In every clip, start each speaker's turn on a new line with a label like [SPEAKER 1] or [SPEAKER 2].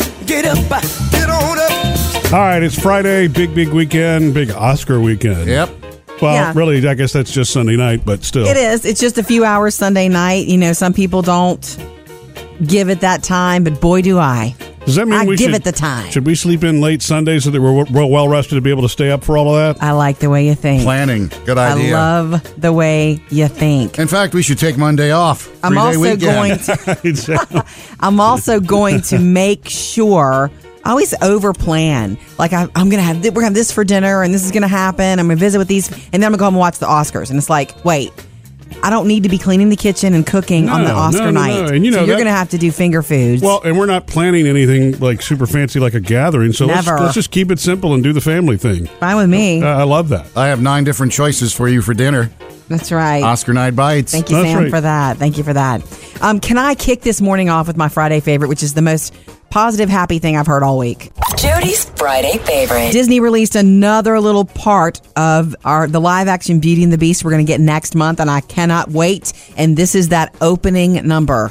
[SPEAKER 1] up, get on up.
[SPEAKER 2] All right, it's Friday, big, big weekend, big Oscar weekend.
[SPEAKER 3] Yep.
[SPEAKER 2] Well,
[SPEAKER 4] Yeah.
[SPEAKER 2] really, I guess that's just Sunday night, but still.
[SPEAKER 4] It is. It's just a few hours Sunday night. You know, some people don't give it that time, but boy, do I.
[SPEAKER 2] Does that mean
[SPEAKER 4] I
[SPEAKER 2] we
[SPEAKER 4] give
[SPEAKER 2] should,
[SPEAKER 4] it the time.
[SPEAKER 2] Should we sleep in late Sunday so that we're well, well rested to be able to stay up for all of that?
[SPEAKER 4] I like the way you think.
[SPEAKER 3] Planning. Good
[SPEAKER 4] I
[SPEAKER 3] idea.
[SPEAKER 4] love the way you think.
[SPEAKER 3] In fact, we should take Monday off.
[SPEAKER 4] I'm
[SPEAKER 3] Three-day
[SPEAKER 4] also
[SPEAKER 3] weekend.
[SPEAKER 4] going to
[SPEAKER 2] Exactly.
[SPEAKER 4] I'm also going to make sure I always over plan. Like I, I'm gonna have th- we're gonna have this for dinner, and this is gonna happen. I'm gonna visit with these, and then I'm gonna go home and watch the Oscars. And it's like, wait, I don't need to be cleaning the kitchen and cooking on the
[SPEAKER 2] No,
[SPEAKER 4] Oscar
[SPEAKER 2] no, no,
[SPEAKER 4] night.
[SPEAKER 2] no. And you know
[SPEAKER 4] so you're
[SPEAKER 2] that-
[SPEAKER 4] gonna have to do finger foods.
[SPEAKER 2] well, and we're not planning anything like super fancy like a gathering, so let's,
[SPEAKER 4] Never.
[SPEAKER 2] let's just keep it simple and do the family thing.
[SPEAKER 4] fine with me.
[SPEAKER 2] Uh, I love that.
[SPEAKER 3] I have nine different choices for you for dinner.
[SPEAKER 4] That's right.
[SPEAKER 3] Oscar night bites.
[SPEAKER 4] Thank you,
[SPEAKER 2] That's
[SPEAKER 4] Sam,
[SPEAKER 2] right.
[SPEAKER 4] for that. Thank you for that. Um, can I kick this morning off with my Friday favorite, which is the most positive, happy thing I've heard all week?
[SPEAKER 5] Jody's Friday favorite.
[SPEAKER 4] Disney released another little part of our the live action Beauty and the Beast we're going to get next month, and I cannot wait. And this is that opening number.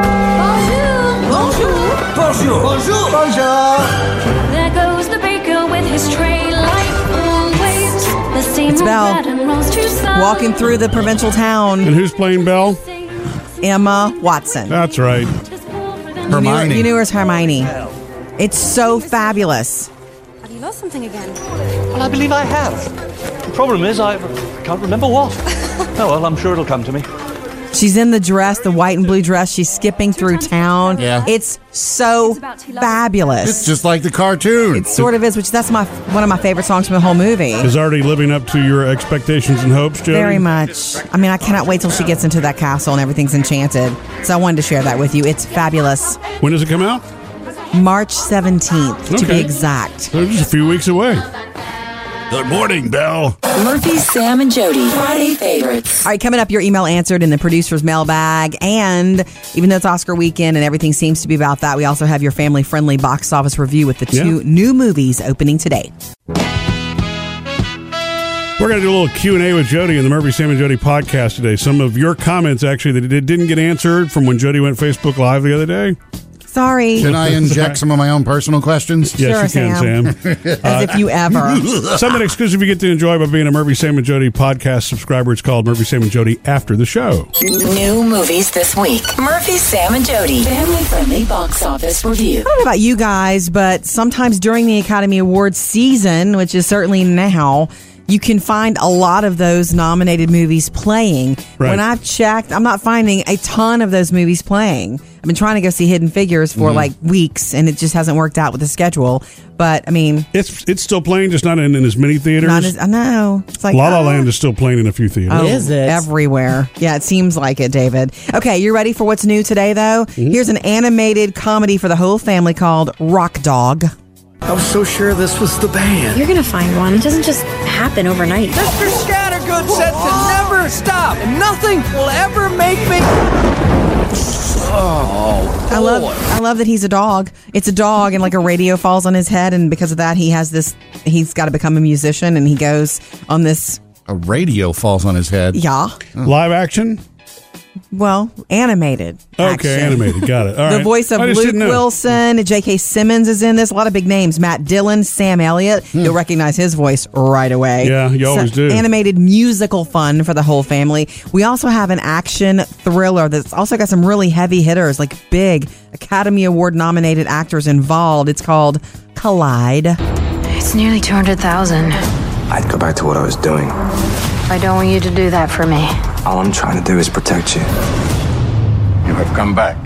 [SPEAKER 6] Bonjour. Bonjour.
[SPEAKER 1] Bonjour, bonjour, bonjour.
[SPEAKER 6] There goes the baker with his tray like always. The same
[SPEAKER 4] It's
[SPEAKER 6] old
[SPEAKER 4] Val.
[SPEAKER 6] pattern rolls to sun.
[SPEAKER 4] Walking through the provincial town,
[SPEAKER 2] And who's playing Belle?
[SPEAKER 4] Emma Watson.
[SPEAKER 2] That's
[SPEAKER 4] You
[SPEAKER 2] right.
[SPEAKER 4] knew-
[SPEAKER 3] Hermione.
[SPEAKER 4] You knew her as Hermione. It's so fabulous.
[SPEAKER 6] Have you lost something again?
[SPEAKER 7] Well, I believe I have. The problem is, I can't remember what. oh, well, I'm sure it'll come to me.
[SPEAKER 4] She's in the dress, the white and blue dress. She's skipping through town.
[SPEAKER 3] Yeah.
[SPEAKER 4] It's so
[SPEAKER 3] It's
[SPEAKER 4] fabulous.
[SPEAKER 3] just like the cartoon.
[SPEAKER 4] It sort of is, which that's my one of my favorite songs from the whole movie.
[SPEAKER 2] Is already living up to your expectations and hopes, Joe?
[SPEAKER 4] Very much. I mean, I cannot wait till she gets into that castle and everything's enchanted. So I wanted to share that with you. It's fabulous.
[SPEAKER 2] When does it come out?
[SPEAKER 4] March 17th, to be
[SPEAKER 2] Okay.
[SPEAKER 4] exact.
[SPEAKER 2] They're just a few weeks away. Good morning, Belle.
[SPEAKER 5] Murphy, Sam, and Jody. Friday favorites.
[SPEAKER 4] All right, coming up, your email answered in the producer's mailbag. And even though it's Oscar weekend and everything seems to be about that, we also have your family friendly box office review with the two
[SPEAKER 2] Yeah.
[SPEAKER 4] new movies opening today.
[SPEAKER 2] We're going to do a little Q&A with Jody in the Murphy, Sam, and Jody podcast today. Some of your comments, actually, that it didn't get answered from when Jody went Facebook Live the other day.
[SPEAKER 4] Sorry.
[SPEAKER 3] Can I inject some of my own personal questions?
[SPEAKER 2] Yes,
[SPEAKER 4] Sure,
[SPEAKER 2] you can, Sam.
[SPEAKER 4] As if you ever.
[SPEAKER 2] Something exclusive you get to enjoy by being a Murphy, Sam, and Jody podcast subscriber. It's called Murphy, Sam, and Jody After the Show.
[SPEAKER 5] New movies this week. Murphy, Sam, and Jody. Family friendly box office review.
[SPEAKER 4] I don't know about you guys, but sometimes during the Academy Awards season, which is certainly now, you can find a lot of those nominated movies playing.
[SPEAKER 2] Right.
[SPEAKER 4] When I've checked, I'm not finding a ton of those movies playing. I've been trying to go see Hidden Figures
[SPEAKER 2] Mm-hmm.
[SPEAKER 4] for like weeks, and it just hasn't worked out with the schedule. But I mean,
[SPEAKER 2] It's it's still playing, just not in, in as many theaters.
[SPEAKER 4] not as I know it's like
[SPEAKER 2] La La
[SPEAKER 4] ah.
[SPEAKER 2] Land is still playing in a few theaters.
[SPEAKER 4] Oh,
[SPEAKER 8] Is it?
[SPEAKER 4] everywhere? Yeah, it seems like it, David. Okay, you ready for what's new today? Though
[SPEAKER 2] Mm-hmm.
[SPEAKER 4] here's an animated comedy for the whole family called Rock Dog.
[SPEAKER 9] I was so sure this was the band.
[SPEAKER 10] You're gonna find one. It doesn't just happen overnight.
[SPEAKER 1] Mr. Scattergood said to never stop, and nothing will ever make me.
[SPEAKER 4] I love I love that he's a dog. It's a dog and like a radio falls on his head and because of that he has this he's got to become a musician and he goes on this
[SPEAKER 3] A radio falls on his head.
[SPEAKER 4] yeah,
[SPEAKER 2] Live action?
[SPEAKER 4] well, animated.
[SPEAKER 2] Okay,
[SPEAKER 4] action.
[SPEAKER 2] animated. Got it. All
[SPEAKER 4] The
[SPEAKER 2] right.
[SPEAKER 4] voice of
[SPEAKER 2] I just
[SPEAKER 4] Luke
[SPEAKER 2] didn't know.
[SPEAKER 4] Wilson, J.K. Simmons is in this. A lot of big names: Matt Dillon, Sam Elliott. You'll recognize his voice right away.
[SPEAKER 2] Hmm. Yeah, you always do.
[SPEAKER 4] Animated musical fun for the whole family. We also have an action thriller that's also got some really heavy hitters, like big Academy Award nominated actors involved. It's called Collide.
[SPEAKER 10] It's nearly 200,000.
[SPEAKER 9] I'd go back to what I was doing.
[SPEAKER 10] I don't want you to do that for me.
[SPEAKER 9] All I'm trying to do is protect you.
[SPEAKER 11] You have come back.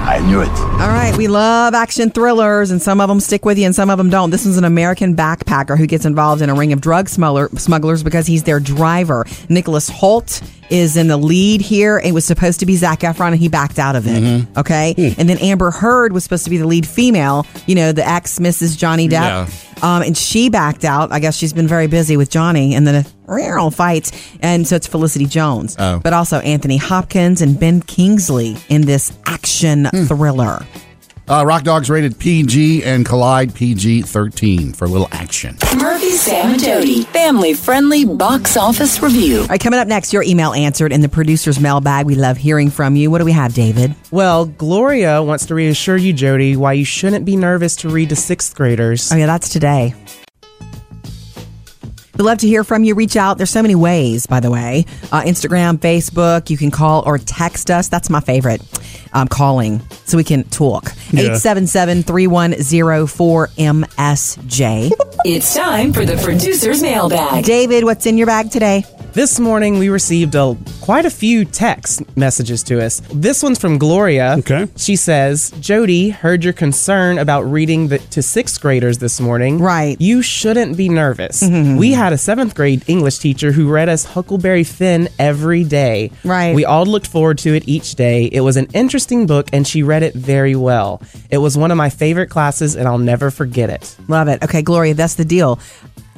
[SPEAKER 11] I knew it.
[SPEAKER 4] All right, we love action thrillers, and some of them stick with you, and some of them don't. This one's an American backpacker who gets involved in a ring of drug smuggler, smugglers because he's their driver. Nicholas Holt is in the lead here. It was supposed to be Zach Efron, and he backed out of it. Okay, and then Amber Heard was supposed to be the lead female. You know, the ex Mrs. Johnny Depp.
[SPEAKER 3] Yeah.
[SPEAKER 4] Um, and she backed out. I guess she's been very busy with Johnny and then a fights. And so it's Felicity Jones,
[SPEAKER 3] Oh.
[SPEAKER 4] but also Anthony Hopkins and Ben Kingsley in this action thriller.
[SPEAKER 3] Uh, Rock Dogs rated PG and Collide PG 13 for a little action.
[SPEAKER 5] Murphy, Sam, and Jody. Family friendly box office review.
[SPEAKER 4] All right, coming up next, your email answered in the producer's mailbag. We love hearing from you. What do we have, David?
[SPEAKER 8] Well, Gloria wants to reassure you, Jody, why you shouldn't be nervous to read to sixth graders.
[SPEAKER 4] Oh, yeah, that's today. We'd love to hear from you. Reach out. There's so many ways, by the way uh, Instagram, Facebook. You can call or text us. That's my favorite. Um, calling so we can talk.
[SPEAKER 5] Yeah.
[SPEAKER 4] 877 3104 MSJ.
[SPEAKER 5] It's time for the producer's mailbag.
[SPEAKER 4] David, what's in your bag today?
[SPEAKER 8] This morning we received a, quite a few text messages to us. This one's from Gloria. Okay. She says, Jody, heard your concern about reading the, to sixth graders this morning. Right. You shouldn't be nervous.
[SPEAKER 4] Mm-hmm.
[SPEAKER 8] We had a seventh grade English teacher who read us Huckleberry Finn every day. Right. We all looked forward to it each day. It was an interesting book and she read it very well. It was one of my favorite classes and I'll never forget it.
[SPEAKER 4] Love it. Okay, Gloria, that's the deal.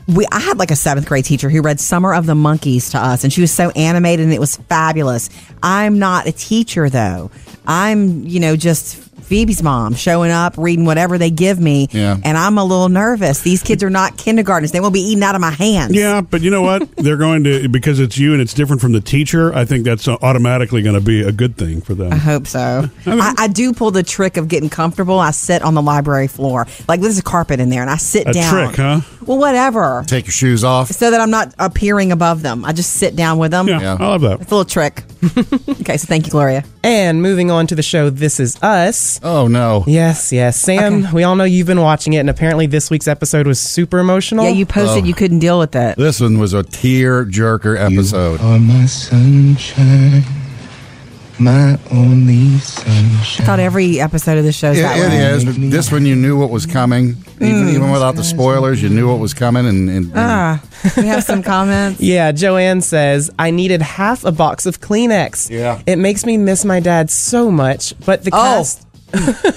[SPEAKER 4] We, I had like a seventh grade teacher who read Summer of the Monkeys to us, and she was so animated and it was fabulous. I'm not a teacher though. I'm, you know, just Phoebe's mom showing up, reading whatever they give me,
[SPEAKER 2] Yeah.
[SPEAKER 4] and I'm a little nervous. These kids are not kindergartners. They won't be eating out of my hands.
[SPEAKER 2] Yeah, but you know what? They're going to because it's you and it's different from the teacher. I think that's automatically going to be a good thing for them.
[SPEAKER 4] I hope so. I, I do pull the trick of getting comfortable. I sit on the library floor. Like there's a carpet in there and I sit
[SPEAKER 3] A
[SPEAKER 4] down.
[SPEAKER 3] trick, huh?
[SPEAKER 4] Well, whatever.
[SPEAKER 3] Take your shoes off.
[SPEAKER 4] so that I'm not appearing above them. I just sit down with them.
[SPEAKER 3] Yeah, I love that.
[SPEAKER 4] It's a little trick. okay, so thank you, Gloria.
[SPEAKER 8] And moving on to the show This Is Us.
[SPEAKER 3] Oh no.
[SPEAKER 8] Yes, yes. Sam, we all know you've been watching it and apparently this week's episode was super emotional.
[SPEAKER 4] Yeah, you posted
[SPEAKER 3] Oh.
[SPEAKER 4] you couldn't deal with that.
[SPEAKER 3] This one was a tear jerker episode.
[SPEAKER 12] my sunshine, my only
[SPEAKER 4] I
[SPEAKER 12] sunshine.
[SPEAKER 4] thought every episode of the show is
[SPEAKER 3] It-
[SPEAKER 4] that
[SPEAKER 3] it
[SPEAKER 4] way.
[SPEAKER 3] is, but This one you knew what was coming. Even, even without the spoilers, you knew what was coming. And, and, and-
[SPEAKER 4] Ah, we have some comments.
[SPEAKER 8] Yeah, Joanne says, I needed half a box of Kleenex. Yeah. It makes me miss my dad so much, but the
[SPEAKER 4] Oh.
[SPEAKER 8] cast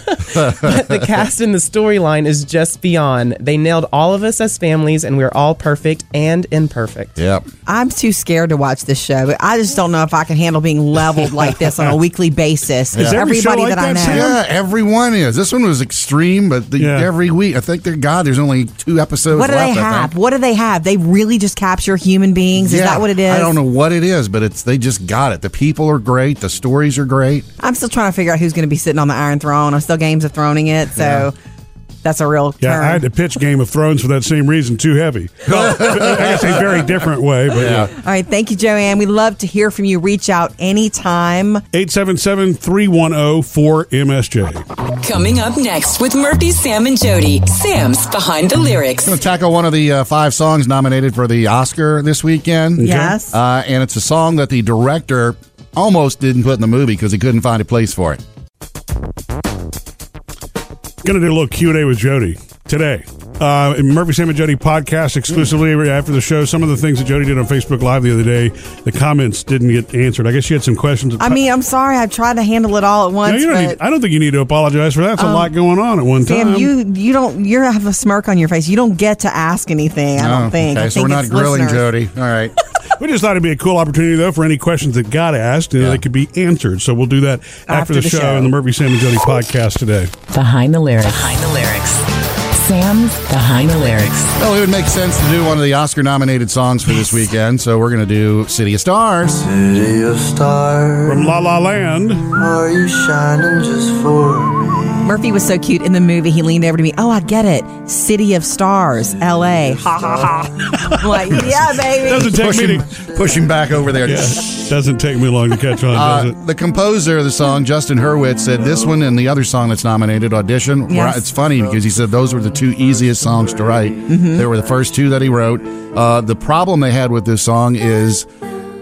[SPEAKER 8] but the cast and the storyline is just beyond. They nailed all of us as families and we're all perfect and imperfect.
[SPEAKER 3] Yep.
[SPEAKER 4] I'm too scared to watch this show. But I just don't know if I can handle being leveled like this on a weekly basis.
[SPEAKER 3] Yeah.
[SPEAKER 4] Everybody that, I know.
[SPEAKER 3] Yeah, everyone is. This one was extreme, but the, every week, I think, dear God, there's only two episodes
[SPEAKER 4] What do
[SPEAKER 3] left.
[SPEAKER 4] they
[SPEAKER 3] I think.
[SPEAKER 4] have? What do they have? They really just capture human beings. Is
[SPEAKER 3] Yeah,
[SPEAKER 4] that what it is?
[SPEAKER 3] I don't know what it is, but it's they just got it. The people are great. The stories are great.
[SPEAKER 4] I'm still trying to figure out who's going to be sitting on the Iron Throne. I'm still games of throning it, so that's a real
[SPEAKER 2] Yeah,
[SPEAKER 4] turn.
[SPEAKER 2] I had to pitch Game of Thrones for that same reason. Too heavy. Well, I guess a very different way, but yeah.
[SPEAKER 4] All right, thank you, Joanne. We love to hear from you. Reach out anytime.
[SPEAKER 2] oh, 877-310-4MSJ.
[SPEAKER 5] Coming up next with Murphy, Sam, and Jody. Sam's Behind the Lyrics.
[SPEAKER 3] going to tackle one of the uh, five songs nominated for the Oscar this weekend.
[SPEAKER 5] Okay. Yes.
[SPEAKER 3] Uh, and it's a song that the director almost didn't put in the movie because he couldn't find a place for it.
[SPEAKER 2] Going to do a little Q&A with Jody today. Uh, Murphy, Sam, and Jody podcast exclusively after the show. Some of the things that Jody did on Facebook Live the other day, the comments didn't get answered. I guess she had some questions.
[SPEAKER 4] I mean, I'm sorry. I've tried to handle it all at once.
[SPEAKER 2] No, you don't
[SPEAKER 4] but
[SPEAKER 2] need, I don't think you need to apologize for that. It's
[SPEAKER 4] Um,
[SPEAKER 2] a lot going on at one
[SPEAKER 4] Sam,
[SPEAKER 2] time.
[SPEAKER 4] you you don't you have a smirk on your face. You don't get to ask anything. I don't
[SPEAKER 2] Oh,
[SPEAKER 4] think.
[SPEAKER 2] okay,
[SPEAKER 4] I
[SPEAKER 2] so
[SPEAKER 4] think
[SPEAKER 2] we're not
[SPEAKER 4] it's
[SPEAKER 2] grilling
[SPEAKER 4] listeners.
[SPEAKER 3] Jody. All right.
[SPEAKER 2] we just thought it'd be a cool opportunity, though, for any questions that got asked and that could be answered. So we'll do that after, the, show, in the Murphy, Sam, and Jody podcast today.
[SPEAKER 13] Behind the lyrics.
[SPEAKER 5] Behind the lyrics.
[SPEAKER 13] Sam's behind the lyrics.
[SPEAKER 3] Well, it would make sense to do one of the Oscar nominated songs for this weekend. So we're going to do City of Stars. City of Stars.
[SPEAKER 2] From La La Land.
[SPEAKER 3] Are you shining just for
[SPEAKER 4] Murphy was so cute in the movie. He leaned over to me. Oh, I get it. City of Stars, L.A. Ha ha ha. I'm like, yeah, baby.
[SPEAKER 2] Doesn't take
[SPEAKER 3] push
[SPEAKER 2] me
[SPEAKER 3] him, push him back over there.
[SPEAKER 2] Doesn't take me long to catch on, does it?
[SPEAKER 3] Uh, the composer of the song, Justin Hurwitz, said this one and the other song that's nominated, Audition. were-
[SPEAKER 14] Yes.
[SPEAKER 3] It's funny because he said those were the two easiest songs to write.
[SPEAKER 4] Mm-hmm.
[SPEAKER 3] They were the first two that he wrote. Uh, the problem they had with this song is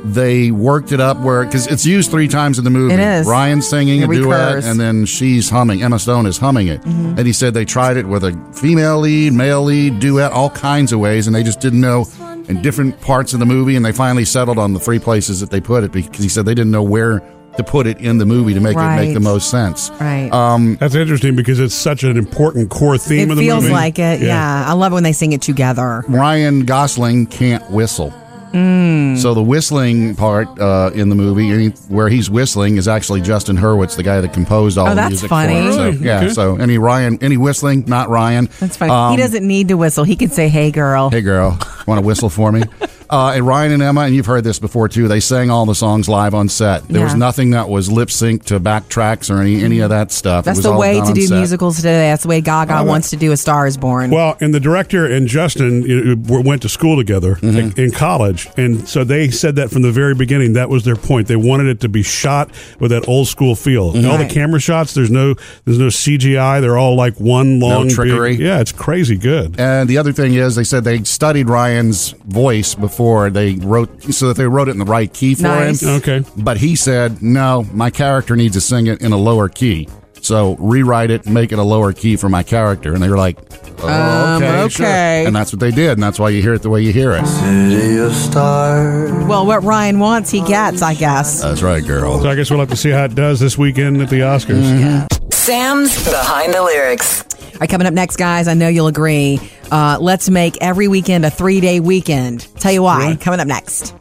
[SPEAKER 3] they worked it up where, because it's used three times in the movie.
[SPEAKER 14] It is.
[SPEAKER 3] Ryan singing
[SPEAKER 14] It
[SPEAKER 3] a duet,
[SPEAKER 14] recurs.
[SPEAKER 3] and then she's humming. Emma Stone is humming it.
[SPEAKER 4] Mm-hmm.
[SPEAKER 3] And he said they tried it with a female lead, male lead, duet, all kinds of ways, and they just didn't know in different parts of the movie. And they finally settled on the three places that they put it because he said they didn't know where to put it in the movie to make it make
[SPEAKER 2] Right.
[SPEAKER 3] the most sense.
[SPEAKER 4] Right.
[SPEAKER 3] Um,
[SPEAKER 2] That's interesting because it's such an important core
[SPEAKER 4] it
[SPEAKER 2] theme of the
[SPEAKER 4] feels
[SPEAKER 2] movie.
[SPEAKER 4] like it. Yeah. I love it when they sing it together.
[SPEAKER 3] Ryan Gosling can't whistle.
[SPEAKER 4] Mm.
[SPEAKER 3] So the whistling part uh, in the movie, I mean, where he's whistling, is actually Justin Hurwitz, the guy that composed all
[SPEAKER 4] Oh,
[SPEAKER 3] the
[SPEAKER 4] that's
[SPEAKER 3] music
[SPEAKER 4] funny.
[SPEAKER 3] for it. So,
[SPEAKER 4] Really?
[SPEAKER 3] yeah.
[SPEAKER 4] Okay.
[SPEAKER 3] So any Ryan, any whistling, not Ryan.
[SPEAKER 4] That's funny.
[SPEAKER 3] Um,
[SPEAKER 4] he doesn't need to whistle. He can say, "Hey, girl."
[SPEAKER 3] Hey, girl, want to whistle for me? Uh, and Ryan and Emma, and you've heard this before too. They sang all the songs live on set. There was
[SPEAKER 4] Yeah.
[SPEAKER 3] nothing that was lip synced to backtracks or any any of that stuff. It
[SPEAKER 4] That's
[SPEAKER 3] was
[SPEAKER 4] the
[SPEAKER 3] all
[SPEAKER 4] way
[SPEAKER 3] done
[SPEAKER 4] to
[SPEAKER 3] on
[SPEAKER 4] do
[SPEAKER 3] set.
[SPEAKER 4] musicals today. That's the way Gaga wants to do A Star Is Born.
[SPEAKER 2] Well, and the director and Justin you know, were- went to school together
[SPEAKER 3] Mm-hmm.
[SPEAKER 2] in- in college, and so they said that from the very beginning. That was their point. They wanted it to be shot with that old school feel.
[SPEAKER 3] Mm-hmm.
[SPEAKER 2] And All the
[SPEAKER 4] Right.
[SPEAKER 2] camera shots. There's no there's no CGI. They're all like one
[SPEAKER 3] No
[SPEAKER 2] long big-
[SPEAKER 3] trickery.
[SPEAKER 2] yeah, it's crazy good.
[SPEAKER 3] And the other thing is, they said they studied Ryan's voice before they wrote, so that they wrote it in the right key for
[SPEAKER 2] Nice.
[SPEAKER 3] him.
[SPEAKER 2] Okay.
[SPEAKER 3] But he said, no, my character needs to sing it in a lower key. So rewrite it, make it a lower key for my character. And they were like, oh,
[SPEAKER 4] Um,
[SPEAKER 3] okay. sure.
[SPEAKER 4] okay.
[SPEAKER 3] And that's what they did. And that's why you hear it the way you hear it. City of stars.
[SPEAKER 4] Well, what Ryan wants, he gets, I guess.
[SPEAKER 3] That's right, girl.
[SPEAKER 2] So I guess we'll have to see how it does this weekend at the Oscars.
[SPEAKER 3] Mm-hmm.
[SPEAKER 5] Sam's Behind the Lyrics.
[SPEAKER 4] All right, coming up next, guys, I know you'll agree. Uh, let's make every weekend a three day weekend. Tell you why. Coming up next.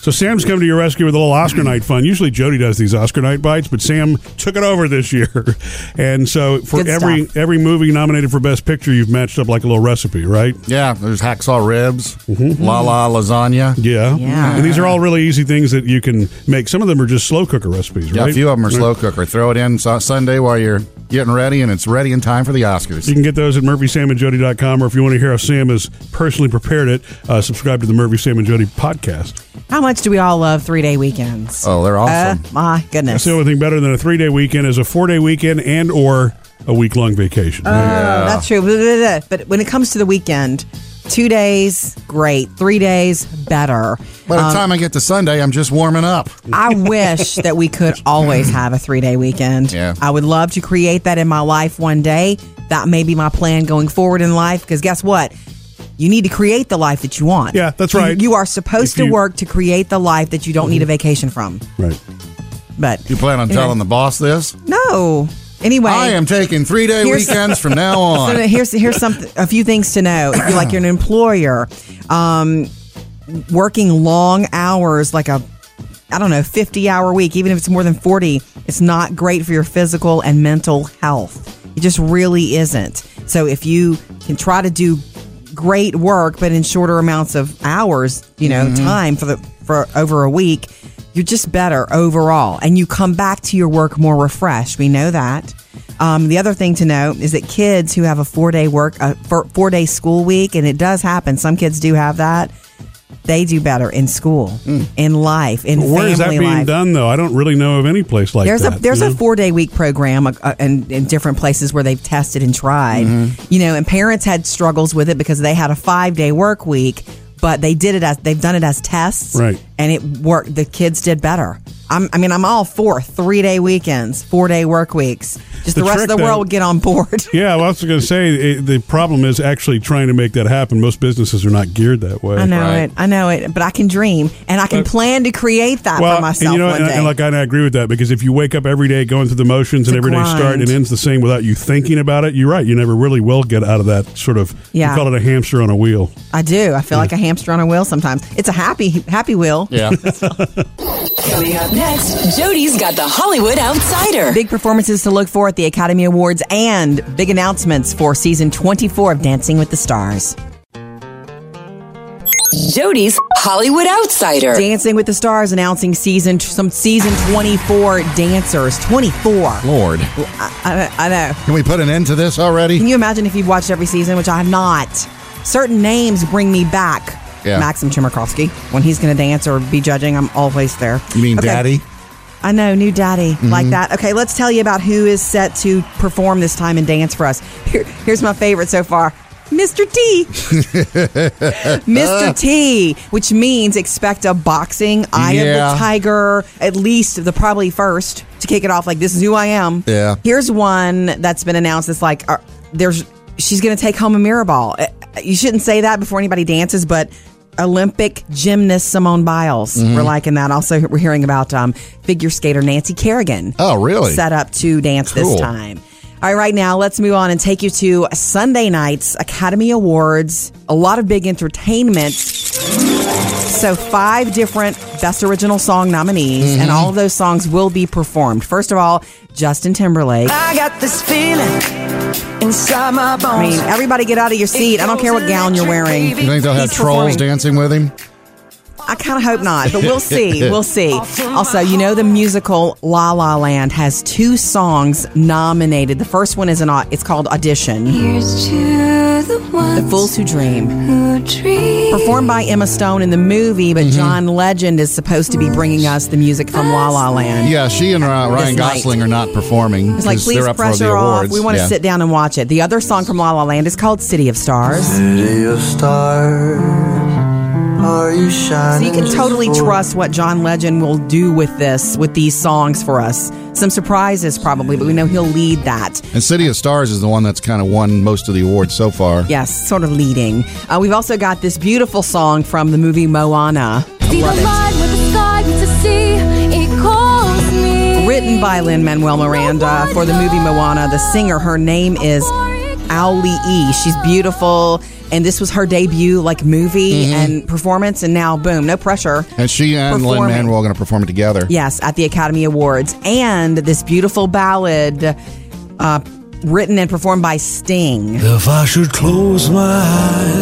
[SPEAKER 2] So Sam's coming to your rescue with a little Oscar night fun. Usually Jody does these Oscar night bites, but Sam took it over this year. And so for
[SPEAKER 3] Good
[SPEAKER 2] every
[SPEAKER 3] stuff.
[SPEAKER 2] every movie nominated for Best Picture, you've matched up like a little recipe, right?
[SPEAKER 3] Yeah, there's hacksaw ribs,
[SPEAKER 2] Mm-hmm.
[SPEAKER 3] la la lasagna.
[SPEAKER 2] Yeah.
[SPEAKER 3] Yeah.
[SPEAKER 2] And these are all really easy things that you can make. Some of them are just slow cooker recipes,
[SPEAKER 3] Yeah,
[SPEAKER 2] right?
[SPEAKER 3] a few of them are
[SPEAKER 2] Right.
[SPEAKER 3] slow cooker. Throw it in so- Sunday while you're getting ready, and it's ready in time for the Oscars.
[SPEAKER 2] You can get those at murphysamandjody.com, or if you want to hear how Sam has personally prepared it, uh, subscribe to the Murphy Sam and Jody podcast.
[SPEAKER 4] How much do we all love three day weekends?
[SPEAKER 2] Oh, they're awesome.
[SPEAKER 4] Uh, my
[SPEAKER 2] That's
[SPEAKER 4] goodness.
[SPEAKER 2] the only thing better than a three day weekend is a four day weekend and or a week long vacation.
[SPEAKER 4] Oh,
[SPEAKER 3] Uh,
[SPEAKER 4] That's true. Blah, blah, blah. But when it comes to the weekend, two days, great. Three days, better.
[SPEAKER 3] By the
[SPEAKER 4] Um,
[SPEAKER 3] time I get to Sunday, I'm just warming up.
[SPEAKER 4] I wish that we could always have a three day weekend.
[SPEAKER 3] Yeah.
[SPEAKER 4] I would love to create that in my life one day. That may be my plan going forward in life because guess what? You need to create the life that you want.
[SPEAKER 2] Yeah, that's
[SPEAKER 4] You-
[SPEAKER 2] right.
[SPEAKER 4] You, are supposed
[SPEAKER 2] If
[SPEAKER 4] to
[SPEAKER 2] you-
[SPEAKER 4] work to create the life that you don't need a vacation from.
[SPEAKER 2] Right.
[SPEAKER 4] But
[SPEAKER 3] you plan on
[SPEAKER 4] anyway.
[SPEAKER 3] telling the boss this?
[SPEAKER 4] No. Anyway,
[SPEAKER 3] I am taking three day
[SPEAKER 4] Here's-
[SPEAKER 3] weekends from now on.
[SPEAKER 4] So here's here's something a few things to know. If you're like you're an employer, um, working long hours like a I don't know, 50 hour week, even if it's more than 40, it's not great for your physical and mental health. It just really isn't. So if you can try to do great work but in shorter amounts of hours, you know,
[SPEAKER 14] Mhm.
[SPEAKER 4] time for the for over a week, you're just better overall and you come back to your work more refreshed. We know that. Um, the other thing to know is that kids who have a four day work, a four day school week, and it does happen. Some kids do have that. They do better in school, in life, in
[SPEAKER 2] Where
[SPEAKER 4] family
[SPEAKER 2] is that being
[SPEAKER 4] life.
[SPEAKER 2] done, though? I don't really know of any place like
[SPEAKER 4] there's
[SPEAKER 2] that.
[SPEAKER 4] a there's
[SPEAKER 2] you
[SPEAKER 4] a
[SPEAKER 2] know?
[SPEAKER 4] four day week program uh, uh, in, in different places where they've tested and tried. You know, and parents had struggles with it because they had a five day work week, but they did it as they've done it as tests,
[SPEAKER 2] Right.
[SPEAKER 4] And it worked. The kids did better. I'm, I mean, I'm all for three day weekends, four day work weeks. Just the,
[SPEAKER 2] The
[SPEAKER 4] rest of
[SPEAKER 2] trick,
[SPEAKER 4] the
[SPEAKER 2] though-
[SPEAKER 4] world would get on board.
[SPEAKER 2] Yeah, well, I was going to say it, the problem is actually trying to make that happen. Most businesses are not geared that way.
[SPEAKER 4] I know it. I know it. But I can dream and I can
[SPEAKER 2] But-
[SPEAKER 4] plan to create that
[SPEAKER 2] Well,
[SPEAKER 4] for myself
[SPEAKER 2] and you know,
[SPEAKER 4] one
[SPEAKER 2] and,
[SPEAKER 4] day.
[SPEAKER 2] and like I, and I agree with that because if you wake up every day going through the motions and
[SPEAKER 4] It's a
[SPEAKER 2] every day start
[SPEAKER 4] grind.
[SPEAKER 2] and ends the same without you thinking about it, you're right. You never really will get out of that sort of.
[SPEAKER 4] Yeah.
[SPEAKER 2] You call it a hamster on a wheel.
[SPEAKER 4] I do. I feel like a hamster on a wheel sometimes. It's a happy, happy wheel.
[SPEAKER 2] Yeah.
[SPEAKER 5] Coming up next, Jody's got the Hollywood Outsider.
[SPEAKER 4] Big performances to look for at the Academy Awards and big announcements for season 24 of Dancing with the Stars.
[SPEAKER 5] Jody's Hollywood Outsider.
[SPEAKER 3] Er.
[SPEAKER 4] Dancing with the Stars announcing season some season 24 dancers. 24.
[SPEAKER 3] Lord.
[SPEAKER 4] I, I, I know.
[SPEAKER 3] Can we put an end to this already?
[SPEAKER 4] Can you imagine if you've watched every season, which I have not? Certain names bring me back.
[SPEAKER 3] Yeah.
[SPEAKER 4] Maxim Chimerkovsky, when he's going to dance or be judging, I'm always there.
[SPEAKER 3] You mean
[SPEAKER 4] Okay.
[SPEAKER 3] daddy?
[SPEAKER 4] I know, new daddy, like
[SPEAKER 3] Mhm.
[SPEAKER 4] that. Okay, let's tell you about who is set to perform this time and dance for us. Here, here's my favorite so far Mr. T. Mr. T, which means expect a boxing eye
[SPEAKER 3] Yeah.
[SPEAKER 4] of the tiger, at least the probably first to kick it off. Like this is who I am.
[SPEAKER 3] Yeah.
[SPEAKER 4] Here's one that's been announced. It's like uh, there's she's gonna take home a mirror ball. Uh, You shouldn't say that before anybody dances, but. Olympic gymnast Simone Biles.
[SPEAKER 3] Mhm.
[SPEAKER 4] We're liking that. Also, we're hearing about um, figure skater Nancy Kerrigan.
[SPEAKER 3] Oh, really?
[SPEAKER 4] Set up to dance
[SPEAKER 3] Cool.
[SPEAKER 4] this time. All right, right now, let's move on and take you to Sunday night's Academy Awards. A lot of big entertainment. So, five different Best Original Song nominees, and
[SPEAKER 3] Mm-hmm.
[SPEAKER 14] Mhm.
[SPEAKER 4] all of those songs will be performed. First of all, Justin Timberlake.
[SPEAKER 14] I got this feeling inside my bones.
[SPEAKER 4] I mean, everybody get out of your seat. I don't care what gown you're wearing.
[SPEAKER 3] You think they'll have
[SPEAKER 4] He's
[SPEAKER 3] trolls
[SPEAKER 4] performing.
[SPEAKER 3] dancing with him?
[SPEAKER 4] I kind of hope not, but we'll see. We'll see. Also, you know the musical La La Land has two songs nominated. The first one is an au- it's called Audition.
[SPEAKER 6] Here's to the
[SPEAKER 4] The
[SPEAKER 6] ones
[SPEAKER 4] Fools Who Dream.
[SPEAKER 6] who dream.
[SPEAKER 4] Performed by Emma Stone in the movie,
[SPEAKER 3] Mm-hmm.
[SPEAKER 4] but John Legend is supposed to be bringing us the music from La La Land.
[SPEAKER 3] Yeah, she and uh,
[SPEAKER 4] night.
[SPEAKER 3] Ryan Gosling are not performing
[SPEAKER 4] It's like,
[SPEAKER 3] because
[SPEAKER 4] please
[SPEAKER 3] they're up for the
[SPEAKER 4] pressure off.
[SPEAKER 3] awards.
[SPEAKER 4] We want to
[SPEAKER 3] Yeah.
[SPEAKER 4] sit down and watch it. The other song from La La Land is called City of
[SPEAKER 3] Mm-hmm.
[SPEAKER 4] Stars.
[SPEAKER 9] City of stars, are you
[SPEAKER 4] So you
[SPEAKER 9] shining?
[SPEAKER 4] can totally trust what John Legend will do with this, with these songs for us. Some surprises probably, but we know he'll lead that.
[SPEAKER 3] And City of Stars is the one that's kind of won most of the awards so far.
[SPEAKER 4] Yes, sort of leading. Uh, we've also got this beautiful song from the movie Moana.
[SPEAKER 6] See the line where the sky meets the sea. It calls me.
[SPEAKER 4] Written by Lynn Manuel Miranda for the movie Moana. The singer, her name is Auli E. She's beautiful, and this was her debut like movie
[SPEAKER 3] Mhm.
[SPEAKER 4] and performance. And now, boom, no pressure.
[SPEAKER 3] And she and Lynn
[SPEAKER 4] Performing.
[SPEAKER 3] Manuel are going to perform it together.
[SPEAKER 4] Yes, at the Academy Awards. And this beautiful ballad uh, written and performed by Sting.
[SPEAKER 12] If I should close my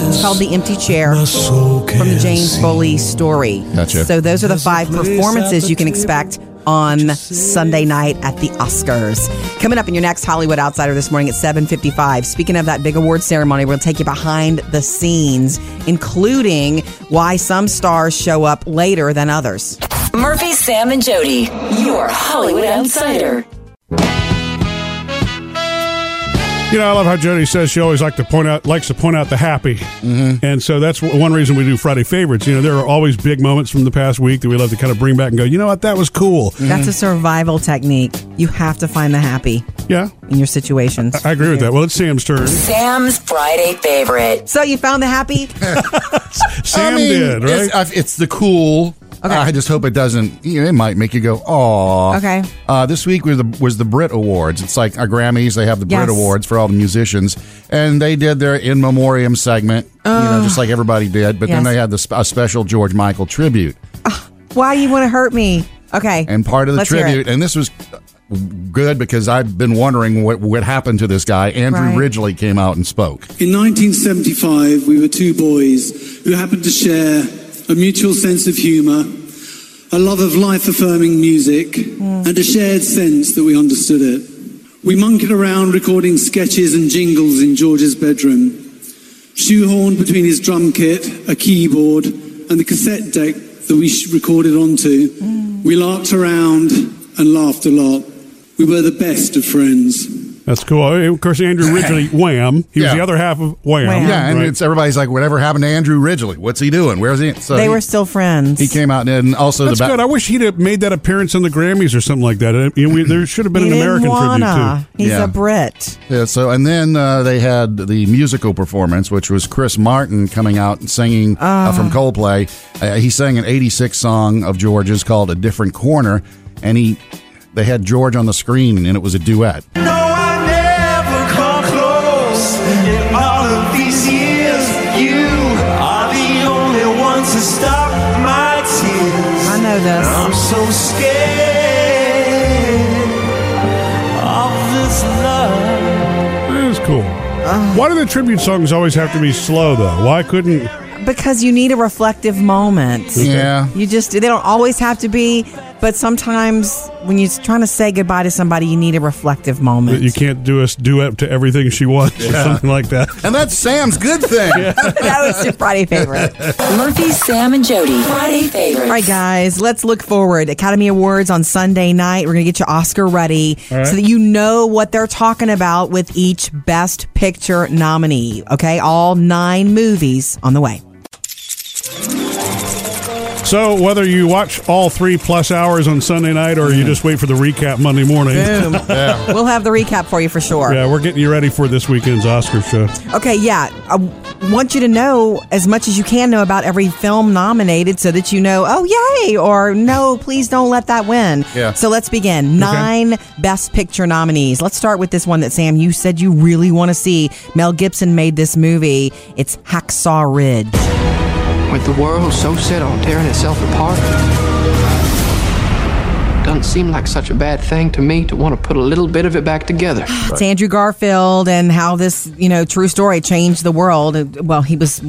[SPEAKER 4] It's called The Empty Chair from the James Foley story.
[SPEAKER 12] Gotcha.
[SPEAKER 4] So those are the five
[SPEAKER 12] place at
[SPEAKER 4] performances
[SPEAKER 12] the
[SPEAKER 4] you can
[SPEAKER 12] table.
[SPEAKER 4] expect on Sunday night at the Oscars. Coming up in your next Hollywood Outsider this morning at 7:55. Speaking of that big award ceremony, we'll take you behind the scenes, including why some stars show up later than others.
[SPEAKER 3] Mm-hmm.
[SPEAKER 5] Murphy, Sam, and Jody, your Hollywood Outsider.
[SPEAKER 2] You know, I love how Jody says she always like to point out likes to point out the happy,
[SPEAKER 3] Mm-hmm.
[SPEAKER 2] and so that's w- one reason we do Friday favorites. You know, there are always big moments from the past week that we love to kind of bring back and go, you know what, that was cool.
[SPEAKER 4] That's a survival technique. You have to find the happy.
[SPEAKER 2] Yeah.
[SPEAKER 4] In your situations.
[SPEAKER 3] Uh,
[SPEAKER 2] I, I agree with that. Well, it's Sam's turn.
[SPEAKER 5] Sam's Friday favorite.
[SPEAKER 4] So you found the happy?
[SPEAKER 3] Sam
[SPEAKER 2] did, right?
[SPEAKER 3] It's, I've- it's the cool. I just hope it doesn't. You know, it might make you go, "Aw."
[SPEAKER 4] Okay.
[SPEAKER 3] Uh, this week was the was the Brit Awards. It's like our Grammys. They have the
[SPEAKER 4] Yes.
[SPEAKER 3] Brit Awards for all the musicians, and they did their in memoriam segment. you know, just like everybody did. But then
[SPEAKER 4] Yes.
[SPEAKER 3] they had the, sp- a special George Michael tribute,
[SPEAKER 4] Why do you want to hurt me? Okay.
[SPEAKER 3] and part of the
[SPEAKER 4] Let's hear it.
[SPEAKER 3] tribute, and this was good because I've been wondering what what happened to this guy. Andrew
[SPEAKER 15] Right.
[SPEAKER 3] Ridgely came out and spoke.
[SPEAKER 15] In 1975, we were two boys who happened to share a mutual sense of humour, a love of life affirming music, and a shared sense that we understood it. We monkeyed around recording sketches and jingles in George's bedroom, shoehorned between his drum kit, a keyboard, and the cassette deck that we sh- recorded onto. We larked around and laughed a lot. We were the best of friends.
[SPEAKER 2] That's cool. And Of course, Andrew originally Wham. He
[SPEAKER 3] uh,
[SPEAKER 2] was
[SPEAKER 3] Yeah.
[SPEAKER 2] the other half of Wham.
[SPEAKER 3] Yeah, and
[SPEAKER 2] right?
[SPEAKER 3] it's everybody's like, "Whatever happened to Andrew Ridgely? What's he doing? Where's he?" So
[SPEAKER 4] they
[SPEAKER 3] he-
[SPEAKER 4] were still friends.
[SPEAKER 3] He came out and also
[SPEAKER 2] That's
[SPEAKER 3] the ba-
[SPEAKER 2] good. I wish he'd have made that appearance on the Grammys or something like that. Uh, you know, we- there should have been
[SPEAKER 4] He
[SPEAKER 2] an
[SPEAKER 4] didn't
[SPEAKER 2] American
[SPEAKER 4] wanna.
[SPEAKER 2] tribute too.
[SPEAKER 4] He's a Brit.
[SPEAKER 3] yeah. So and then uh, they had the musical performance, which was Chris Martin coming out and singing uh,
[SPEAKER 4] Ah.
[SPEAKER 3] from Coldplay. Uh, he sang an '86 song of George's called "A Different Corner," and he they had George on the screen, and it was a duet.
[SPEAKER 12] No, I never come close. In all of these years, you are the only one to stop my tears.
[SPEAKER 4] I know this.
[SPEAKER 12] I'm so scared of this love.
[SPEAKER 2] It was cool. Why do the tribute songs always have to be slow though? Why couldn't?
[SPEAKER 4] Because you need a reflective moment.
[SPEAKER 2] Yeah.
[SPEAKER 4] You just, they don't always have to be, but sometimes when you're trying to say goodbye to somebody, you need a reflective moment.
[SPEAKER 2] You can't do a duet to everything she wants or
[SPEAKER 4] Yeah.
[SPEAKER 2] something like that.
[SPEAKER 3] And that's Sam's good thing.
[SPEAKER 4] that was your Friday favorite.
[SPEAKER 5] Murphy, Sam, and Jody, Friday
[SPEAKER 4] All
[SPEAKER 5] favorite.
[SPEAKER 4] right, guys, let's look forward. Academy Awards on Sunday night. We're going to get your Oscar ready
[SPEAKER 5] All right.
[SPEAKER 4] so that you know what they're talking about with each Best Picture nominee. Okay, all nine movies on the way.
[SPEAKER 2] So, whether you watch all three plus hours on Sunday night or you just wait for the recap Monday morning,
[SPEAKER 4] Boom. We'll have the recap for you for sure.
[SPEAKER 2] yeah, we're getting you ready for this weekend's Oscar show.
[SPEAKER 4] Okay, yeah. I want you to know as much as you can know about every film nominated so that you know, oh, yay, or no, please don't let that win.
[SPEAKER 3] Yeah.
[SPEAKER 4] So let's begin. Nine Best Picture nominees. Let's start with this one that, Sam, you said you really want to see. Mel Gibson made this movie. It's Hacksaw Ridge.
[SPEAKER 16] With the world so set on tearing itself apart, doesn't seem like such a bad thing to me to want to put a little bit of it back together.
[SPEAKER 4] It's Andrew Garfield and how this, you know, true story changed the world. Well, he was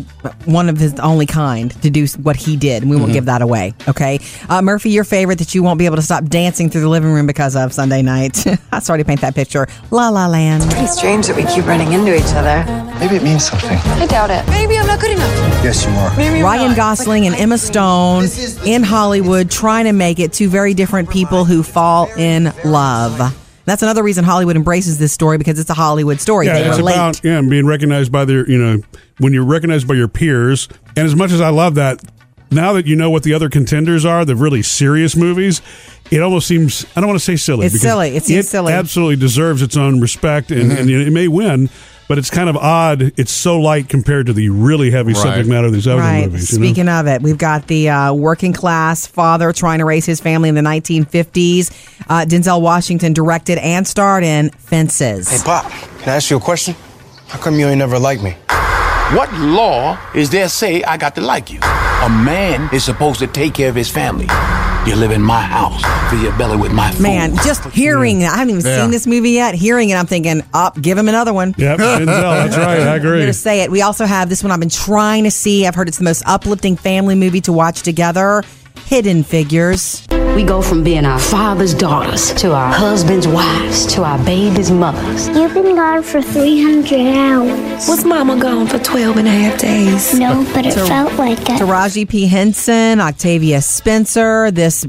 [SPEAKER 4] one of his only kind to do what he did. and We
[SPEAKER 2] Mm-hmm.
[SPEAKER 4] won't
[SPEAKER 17] Mhm.
[SPEAKER 4] give that away. Okay. Uh, Murphy, your favorite that you won't be able to stop dancing through the living room because of Sunday night. I started to paint that picture. La La Land. It's
[SPEAKER 10] pretty strange that we keep running into each other.
[SPEAKER 4] Maybe it means something.
[SPEAKER 10] I doubt it. Maybe I'm not good enough.
[SPEAKER 4] Yes, you are.
[SPEAKER 10] Maybe you're
[SPEAKER 4] Ryan
[SPEAKER 10] not.
[SPEAKER 4] Gosling and Emma Stone in Hollywood trying to make it two very different people who fall in love. That's another reason Hollywood embraces this story because it's a Hollywood story. they
[SPEAKER 2] it's
[SPEAKER 4] relate.
[SPEAKER 2] about yeah, and being recognized by their you know when you're recognized by your peers. And as much as I love that, now that you know what the other contenders are, the really serious movies, it almost seems I don't want to say silly.
[SPEAKER 4] It's
[SPEAKER 2] because
[SPEAKER 4] silly. It seems silly.
[SPEAKER 2] Absolutely deserves its own respect, and, and it may win. But it's kind of odd. It's so light compared to the really heavy
[SPEAKER 4] Right.
[SPEAKER 2] subject matter of these other
[SPEAKER 4] right.
[SPEAKER 2] movies. you know?
[SPEAKER 4] Speaking of it, we've got the uh, working class father trying to raise his family in the 1950s. Uh, Denzel Washington directed and starred in Fences.
[SPEAKER 18] Hey, Pop, can I ask you a question? How come you ain't never liked me? What law is there say I got to like you? A man is supposed to take care of his family. You live in my house, fill your belly with my food.
[SPEAKER 4] Man, just hearing I haven't even
[SPEAKER 18] Yeah.
[SPEAKER 4] seen this movie yet. Hearing it, I'm thinking, up, give him another one.
[SPEAKER 2] Yep, Denzel, that's right. I agree.
[SPEAKER 4] I'm gonna say it. We also have this one I've been trying to see. I've heard it's the most uplifting family movie to watch together. Hidden Figures.
[SPEAKER 19] We go from being our father's daughters to our husband's wives to our baby's mothers.
[SPEAKER 20] You've been gone for 300 hours. Was Mama gone for 12 and a half days? No, but it
[SPEAKER 4] To-
[SPEAKER 20] felt like it.
[SPEAKER 4] Taraji P. Henson, Octavia Spencer, this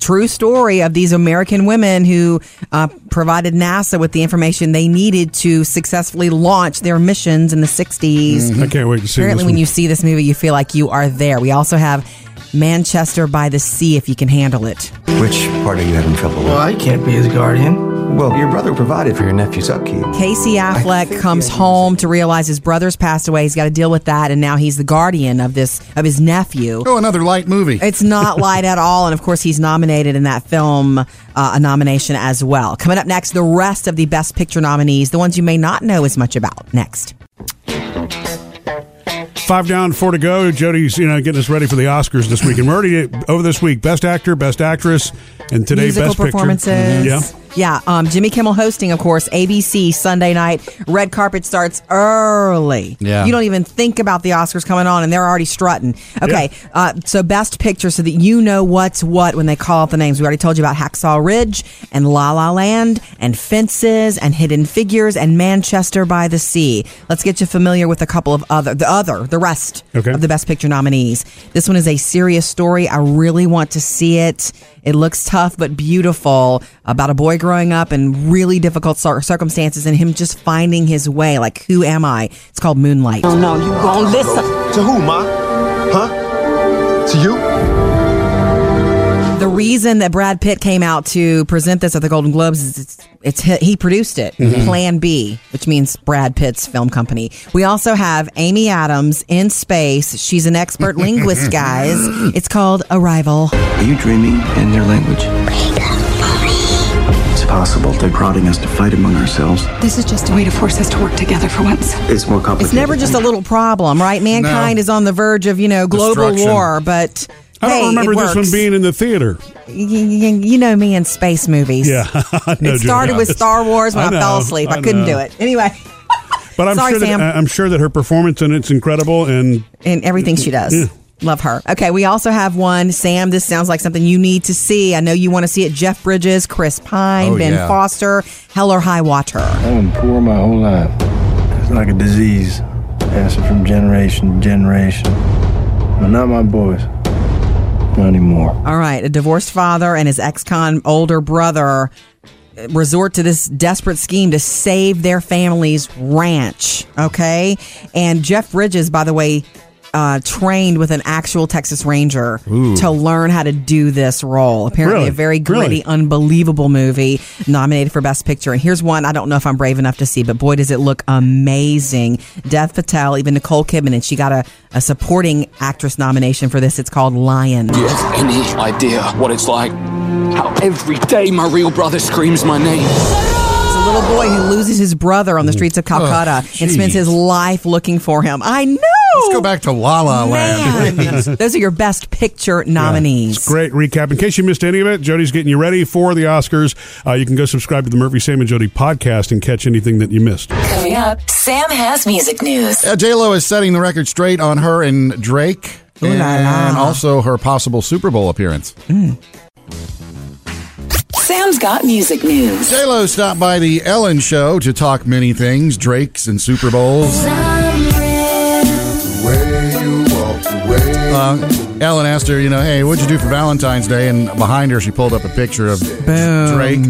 [SPEAKER 4] true story of these American women who uh, provided NASA with the information they needed to successfully launch their missions in the 60s.
[SPEAKER 2] Mhm. I can't wait to see
[SPEAKER 4] Apparently,
[SPEAKER 2] this
[SPEAKER 4] when
[SPEAKER 2] one.
[SPEAKER 4] you see this movie, you feel like you are there. We also have Manchester by the Sea, if you can handle it.
[SPEAKER 21] Which part are you having trouble with? Well, I can't be his guardian. Well, your brother provided for your nephew's upkeep.
[SPEAKER 4] Casey Affleck comes home to realize his brother's passed away. He's got to deal with that, and now he's the guardian of this of his nephew.
[SPEAKER 3] Oh, another light movie.
[SPEAKER 4] It's not light at all, and of course, he's nominated in that film uh, a nomination as well. Coming up next, the rest of the Best Picture nominees, the ones you may not know as much about. Next,
[SPEAKER 2] Five down, four to go. Jody's, you know, getting us ready for the Oscars this week. And we're already over this week. Best actor, best actress, and today
[SPEAKER 4] musical
[SPEAKER 2] best picture.
[SPEAKER 4] performances.
[SPEAKER 2] Yeah.
[SPEAKER 4] yeah. Um, Jimmy Kimmel hosting, of course, ABC Sunday night. Red carpet starts early.
[SPEAKER 3] Yeah.
[SPEAKER 4] you don't even think about the Oscars coming on, and they're already strutting. Okay, uh, so Best Picture, so that you know what's what when they call out the names. We already told you about Hacksaw Ridge and La La Land and Fences and Hidden Figures and Manchester by the Sea. Let's get you familiar with a couple of other, the other, the rest
[SPEAKER 2] Okay.
[SPEAKER 4] of the Best Picture nominees. This one is a serious story. I really want to see it. It looks tough but beautiful about a boy growing up in really difficult cir- circumstances and him just finding his way. Like, who am I? It's called Moonlight. Oh no, you
[SPEAKER 12] gonna listen. To who, Ma? Huh? To you?
[SPEAKER 4] The reason that Brad Pitt came out to present this at the Golden Globes is it's, it's hi- he produced it.
[SPEAKER 22] Mhm.
[SPEAKER 4] Plan B, which means Brad Pitt's film company. We also have Amy Adams in space. She's an expert linguist, guys. It's called Arrival.
[SPEAKER 21] Are you dreaming in their language? It's possible they're prodding us to fight among ourselves.
[SPEAKER 4] This is just a way to force us to work together for once.
[SPEAKER 21] It's more complicated.
[SPEAKER 4] It's never just a little problem, right? Mankind is on the verge of you know global
[SPEAKER 2] Destruction.
[SPEAKER 4] war, but
[SPEAKER 2] I
[SPEAKER 4] hey,
[SPEAKER 2] don't remember
[SPEAKER 4] it
[SPEAKER 2] this
[SPEAKER 4] works.
[SPEAKER 2] one being in the theater.
[SPEAKER 4] Y- y- you know me and space movies.
[SPEAKER 2] Yeah. I know,
[SPEAKER 4] it
[SPEAKER 2] Judy.
[SPEAKER 4] started with Star Wars when I,
[SPEAKER 2] know,
[SPEAKER 4] fell asleep. I,
[SPEAKER 2] I
[SPEAKER 4] couldn't
[SPEAKER 2] know.
[SPEAKER 4] do it anyway.
[SPEAKER 2] But I'm
[SPEAKER 4] Sorry,
[SPEAKER 2] sure that
[SPEAKER 4] Sam.
[SPEAKER 2] I'm sure that her performance in it's incredible and
[SPEAKER 4] in everything she does.
[SPEAKER 2] Yeah.
[SPEAKER 4] Love her. Okay, we also have one. Sam, this sounds like something you need to see. I know you want to see it. Jeff Bridges, Chris Pine,
[SPEAKER 21] Oh,
[SPEAKER 4] Ben
[SPEAKER 21] yeah.
[SPEAKER 4] Foster, Hell or High Water.
[SPEAKER 21] I've been poor my whole life. It's like a disease, passing from generation to generation. But not my boys. Not anymore.
[SPEAKER 4] All right, a divorced father and his ex con older brother resort to this desperate scheme to save their family's ranch. Okay, and Jeff Bridges, by the way, uh, trained with an actual Texas Ranger
[SPEAKER 17] Ooh.
[SPEAKER 4] to learn how to do this role. Apparently,
[SPEAKER 17] Really?
[SPEAKER 4] a very gritty,
[SPEAKER 17] Really?
[SPEAKER 4] unbelievable movie nominated for Best Picture. And here's one I don't know if I'm brave enough to see, but boy, does it look amazing. Death Patel, even Nicole Kidman, and she got a, a supporting actress nomination for this. It's called Lion.
[SPEAKER 22] Do you have any idea what it's like? How every day my real brother screams my name.
[SPEAKER 4] It's a little boy who loses his brother
[SPEAKER 3] Mm.
[SPEAKER 4] on the streets of Calcutta
[SPEAKER 3] Oh,
[SPEAKER 4] and spends his life looking for him. I know. Let's go
[SPEAKER 3] back to La La
[SPEAKER 2] Land.
[SPEAKER 4] Those are your best picture nominees.
[SPEAKER 2] It's great recap. In case you missed any of it, Jody's getting you ready for the Oscars. Uh, you can go subscribe to the Murphy, Sam, and Jody podcast and catch anything that you missed.
[SPEAKER 5] Coming up, Sam has music news.
[SPEAKER 3] Uh, J Lo is setting the record straight on her and Drake,
[SPEAKER 5] Ooh la la.
[SPEAKER 3] and also her possible Super Bowl appearance.
[SPEAKER 5] Sam's got music news.
[SPEAKER 3] J Lo stopped by the Ellen Show to talk many things: Drakes and Super Bowls. Uh, Ellen asked her, you know, hey, what'd you do for Valentine's Day? And behind her, she pulled up a picture of Drake.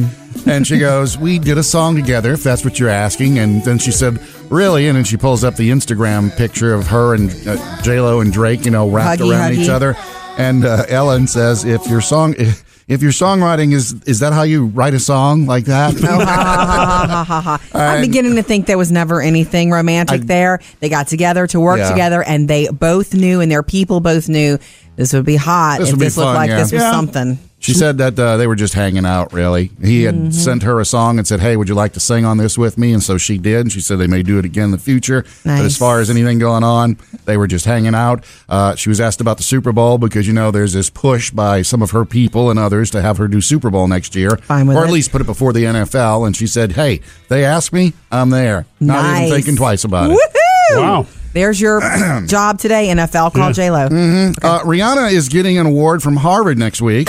[SPEAKER 3] And she goes, we did a song together, if that's what you're asking. And then she said, really? And then she pulls up the Instagram picture of her and uh, J-Lo and Drake, you know, wrapped
[SPEAKER 23] Huggy,
[SPEAKER 3] around each
[SPEAKER 23] huggy.
[SPEAKER 3] other. And uh, Ellen says, if your song... If your songwriting is is that how you write a song like that?
[SPEAKER 23] Oh,
[SPEAKER 4] ha, ha, ha, ha. I'm
[SPEAKER 3] And-
[SPEAKER 4] beginning to think there was never anything romantic there. They got together to work
[SPEAKER 3] Yeah.
[SPEAKER 4] together, and they both knew, and their people both knew this would be hot
[SPEAKER 3] This
[SPEAKER 4] if
[SPEAKER 3] would be
[SPEAKER 4] this looked
[SPEAKER 3] fun,
[SPEAKER 4] like
[SPEAKER 3] yeah.
[SPEAKER 4] this was
[SPEAKER 3] Yeah.
[SPEAKER 4] something.
[SPEAKER 3] She said that uh, they were just hanging out, really. He had
[SPEAKER 4] Mm-hmm.
[SPEAKER 3] sent her a song and said, Hey, would you like to sing on this with me? And so she did. And she said they may do it again in the future. But as
[SPEAKER 23] Nice.
[SPEAKER 3] far as anything going on, they were just hanging out. Uh, she was asked about the Super Bowl because, you know, there's this push by some of her people and others to have her do Super Bowl next year. Fine
[SPEAKER 4] with
[SPEAKER 3] or at
[SPEAKER 4] it.
[SPEAKER 3] least put it before the NFL. And she said, Hey, they asked me, I'm there. Not
[SPEAKER 4] Nice.
[SPEAKER 3] even thinking twice about it.
[SPEAKER 4] Woohoo! There's your job today, NFL. Call J Lo.
[SPEAKER 3] Mm-hmm. Uh, Rihanna is getting an award from Harvard next week.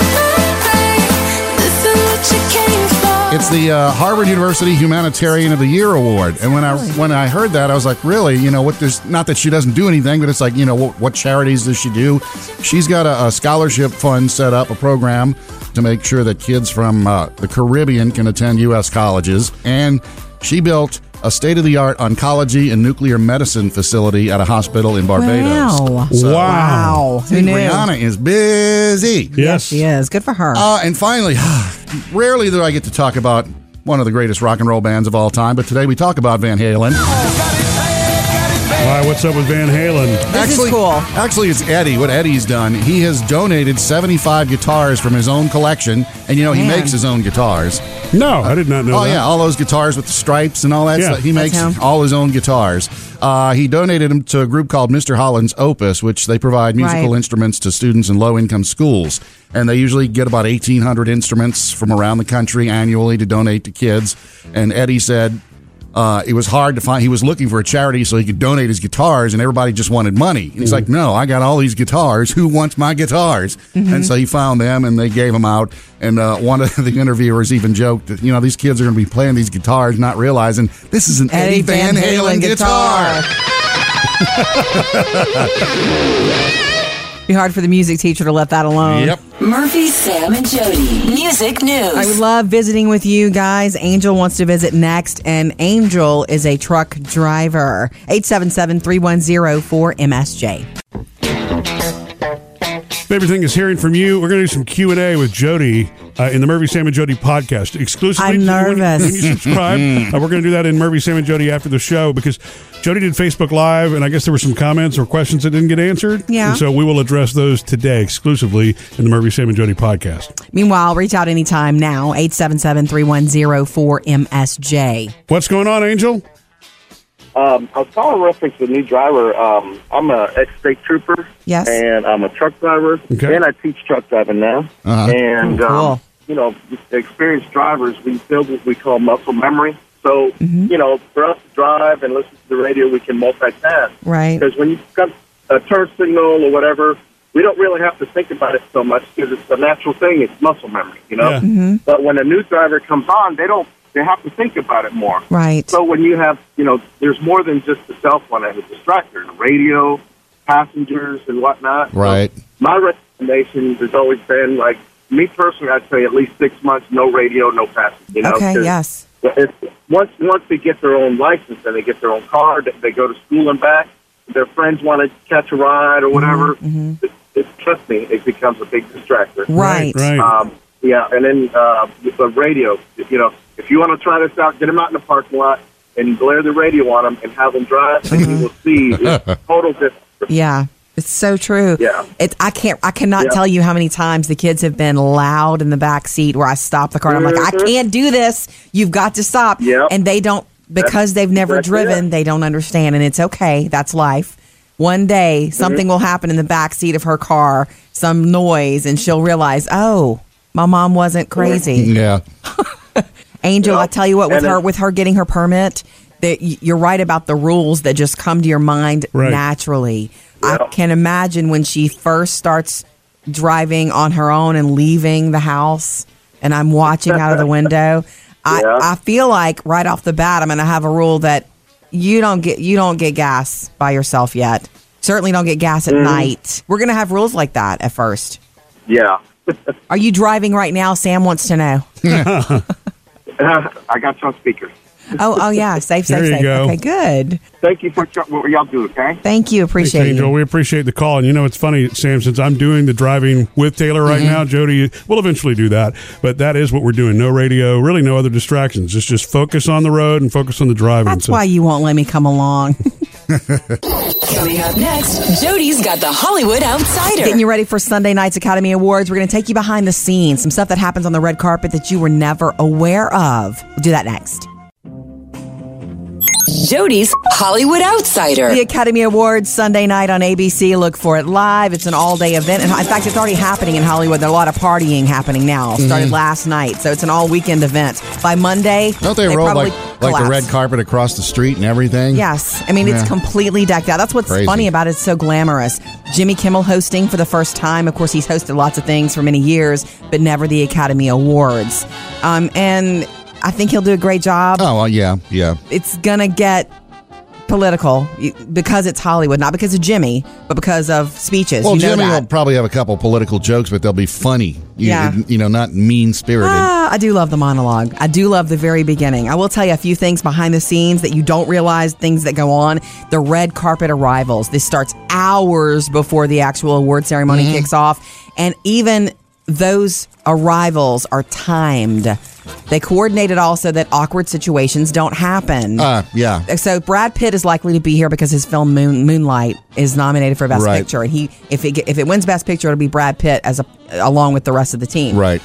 [SPEAKER 3] It's the uh, Harvard University Humanitarian of the Year award, and when I when I heard that, I was like, really, you know what? There's not that she doesn't do anything, but it's like, you know, what, what charities does she do? She's got a, a scholarship fund set up, a program to make sure that kids from uh, the Caribbean can attend U.S. colleges, and she built a state of the art oncology and nuclear medicine facility at a hospital in Barbados.
[SPEAKER 4] Wow.
[SPEAKER 3] wow!
[SPEAKER 4] Who knew?
[SPEAKER 3] Rihanna is busy.
[SPEAKER 4] Yes, she is. Good for her.
[SPEAKER 3] Uh, and finally, rarely do I get to talk about one of the greatest rock and roll bands of all time, but today we talk about Van Halen.
[SPEAKER 2] All right, what's up with Van Halen?
[SPEAKER 3] actually, cool. Actually, it's Eddie. What Eddie's done, he has donated 75 guitars from his own collection, and you know, he
[SPEAKER 2] Man.
[SPEAKER 3] makes his own guitars.
[SPEAKER 2] No, I did not know
[SPEAKER 3] Oh,
[SPEAKER 2] that.
[SPEAKER 3] yeah, all those guitars with the stripes and all that
[SPEAKER 2] Yeah.
[SPEAKER 3] stuff. He
[SPEAKER 2] That's
[SPEAKER 3] makes
[SPEAKER 2] him.
[SPEAKER 3] all his own guitars. Uh, he donated them to a group called Mr. Holland's Opus, which they provide musical
[SPEAKER 4] Right.
[SPEAKER 3] instruments to students in low income schools. And they usually get about 1,800 instruments from around the country annually to donate to kids. And Eddie said, uh, it was hard to find. He was looking for a charity so he could donate his guitars, and everybody just wanted money. And he's like,
[SPEAKER 4] Mm-hmm.
[SPEAKER 3] "No, I got all these guitars. Who wants my guitars?" And so he found them, and they gave them out. And uh, one of the interviewers even joked that you know these kids are going to be playing these guitars, not realizing this is an Eddie, Van, Halen, guitar.
[SPEAKER 4] Be hard for the music teacher to let that alone.
[SPEAKER 3] Yep.
[SPEAKER 5] Murphy, Sam, and Jody. Music news.
[SPEAKER 4] I love visiting with you guys. Angel wants to visit next, and Angel is a truck driver. 877 310 4MSJ.
[SPEAKER 2] Favorite thing is hearing from you. We're going to do some Q and A with Jody uh, in the Murphy Sam and Jody podcast exclusively.
[SPEAKER 4] I'm
[SPEAKER 2] to the- when you-
[SPEAKER 4] nervous.
[SPEAKER 2] When you subscribe, uh, we're going to do that in Murphy Sam and Jody after the show because Jody did Facebook Live, and I guess there were some comments or questions that didn't get answered.
[SPEAKER 4] Yeah.
[SPEAKER 2] And so we will address those today exclusively in the Murphy Sam and Jody podcast.
[SPEAKER 4] Meanwhile, reach out anytime now. 877 310 4MSJ.
[SPEAKER 2] What's going on, Angel?
[SPEAKER 24] Um, I was calling reference to the new driver. Um, I'm a ex-state trooper. Yes. And I'm a truck driver. Okay. And I teach truck driving now. Uh-huh. And, Oh, cool. um, you know, experienced drivers, we build what we call muscle memory. So, you know, for us to drive and listen to the radio, we can multitask.
[SPEAKER 4] Right.
[SPEAKER 24] Because when you got a turn signal or whatever, we don't really have to think about it so much because it's a natural thing. It's muscle memory, you know.
[SPEAKER 4] Yeah. Mhm.
[SPEAKER 24] But when a new driver comes on, they don't. They have to think about it more.
[SPEAKER 4] Right.
[SPEAKER 24] So when you have, you know, there's more than just the cell phone as a distractor, the radio, passengers, and whatnot.
[SPEAKER 3] Right.
[SPEAKER 24] My recommendation has always been like me personally. I'd say at least six months, no radio, no passengers. You know,
[SPEAKER 4] Okay,
[SPEAKER 24] 'cause
[SPEAKER 4] yes.
[SPEAKER 24] it's, once once they get their own license and they get their own car, they- they go to school and back. their friends want to catch a ride or whatever, it, it, trust me, it becomes a big distractor.
[SPEAKER 4] Right. Right, right.
[SPEAKER 24] Um, yeah, and then uh, the radio. You know, if you want to try this out, get them out in the parking lot and blare the radio on them and have them drive, and you will see it's total difference.
[SPEAKER 4] Yeah. It's so true.
[SPEAKER 24] Yeah.
[SPEAKER 4] It's I can't I cannot
[SPEAKER 24] Yeah.
[SPEAKER 4] tell you how many times the kids have been loud in the back seat where I stop the car and I'm like, I
[SPEAKER 24] Mhm.
[SPEAKER 4] can't do this. You've got to stop.
[SPEAKER 24] Yep.
[SPEAKER 4] And they don't because
[SPEAKER 24] That's
[SPEAKER 4] they've never
[SPEAKER 24] exactly it.
[SPEAKER 4] driven, they don't understand and it's okay. That's life. One day
[SPEAKER 24] Mm-hmm.
[SPEAKER 4] something will happen in the back seat of her car, some noise, and she'll realize, Oh, my mom wasn't
[SPEAKER 24] Mm-hmm.
[SPEAKER 4] crazy.
[SPEAKER 3] Yeah.
[SPEAKER 4] Angel, I tell you what, with
[SPEAKER 3] And
[SPEAKER 4] her
[SPEAKER 3] it-
[SPEAKER 4] with her getting her permit, that y- you're right about the rules that just come to your mind
[SPEAKER 3] Right.
[SPEAKER 4] naturally. I can imagine when she first starts driving on her own and leaving the house, and I'm watching out of the window. I, I feel like right off the bat, I'm going to have a rule that you don't get you don't get gas by yourself yet. Certainly don't get gas at
[SPEAKER 3] Mm.
[SPEAKER 24] Mhm.
[SPEAKER 4] night. We're going to have rules like that at first.
[SPEAKER 24] Yeah.
[SPEAKER 4] Are you driving right now? Sam wants to know.
[SPEAKER 24] I got you on speaker.
[SPEAKER 4] Oh, oh yeah, safe, safe,
[SPEAKER 2] There you
[SPEAKER 4] safe.
[SPEAKER 2] go.
[SPEAKER 4] Okay, good.
[SPEAKER 24] Thank you for what y'all do, okay?
[SPEAKER 4] Thank you, appreciate
[SPEAKER 2] Thanks, Angel.
[SPEAKER 4] you.
[SPEAKER 2] We appreciate the call. And you know, it's funny, Sam, since I'm doing the driving with Taylor right
[SPEAKER 4] Mhm.
[SPEAKER 2] now, Jody, we'll eventually do that. But that is what we're doing. No radio, really no other distractions. Just just focus on the road and focus on the driving.
[SPEAKER 4] That's why you won't let me come along.
[SPEAKER 5] Coming up next, Jody's got the Hollywood Outsider.
[SPEAKER 4] Getting you ready for Sunday night's Academy Awards. We're going to take you behind the scenes, some stuff that happens on the red carpet that you were never aware of. We'll do that next.
[SPEAKER 5] Jody's Hollywood Outsider.
[SPEAKER 4] The Academy Awards Sunday night on ABC. Look for it live. It's an all day event. And in fact, it's already happening in Hollywood. There are a lot of partying happening now. Started
[SPEAKER 3] Mhm.
[SPEAKER 4] last night. So it's an all weekend event. By Monday,
[SPEAKER 3] Don't they, roll
[SPEAKER 4] probably
[SPEAKER 3] like like the
[SPEAKER 4] collapse.
[SPEAKER 3] red carpet across the street and everything?
[SPEAKER 4] Yes. I mean, it's
[SPEAKER 3] Yeah.
[SPEAKER 4] completely decked out. That's what's
[SPEAKER 3] Crazy.
[SPEAKER 4] funny about it. It's so glamorous. Jimmy Kimmel hosting for the first time. Of course, he's hosted lots of things for many years, but never the Academy Awards. Um, and I think he'll do a great job.
[SPEAKER 3] Oh well, yeah, yeah.
[SPEAKER 4] It's going to get political y- because it's Hollywood, not because of Jimmy, but because of speeches.
[SPEAKER 3] Well,
[SPEAKER 4] you know
[SPEAKER 3] Jimmy
[SPEAKER 4] that.
[SPEAKER 3] will probably have a couple political jokes, but they'll be funny. You,
[SPEAKER 4] Yeah.
[SPEAKER 3] you know, not mean spirited.
[SPEAKER 4] Ah, I do love the monologue. I do love the very beginning. I will tell you a few things behind the scenes that you don't realize, things that go on. The red carpet arrivals. This starts hours before the actual award ceremony
[SPEAKER 3] Mm-hmm.
[SPEAKER 5] Mhm.
[SPEAKER 4] kicks off. And even those arrivals are timed. They coordinated also that awkward situations don't happen.
[SPEAKER 3] Uh, yeah.
[SPEAKER 4] So Brad Pitt is likely to be here because his film Moon, Moonlight is nominated for Best
[SPEAKER 3] Right.
[SPEAKER 4] Picture, and he if it get- if it wins Best Picture, it'll be Brad Pitt as a, along with the rest of the team.
[SPEAKER 3] Right.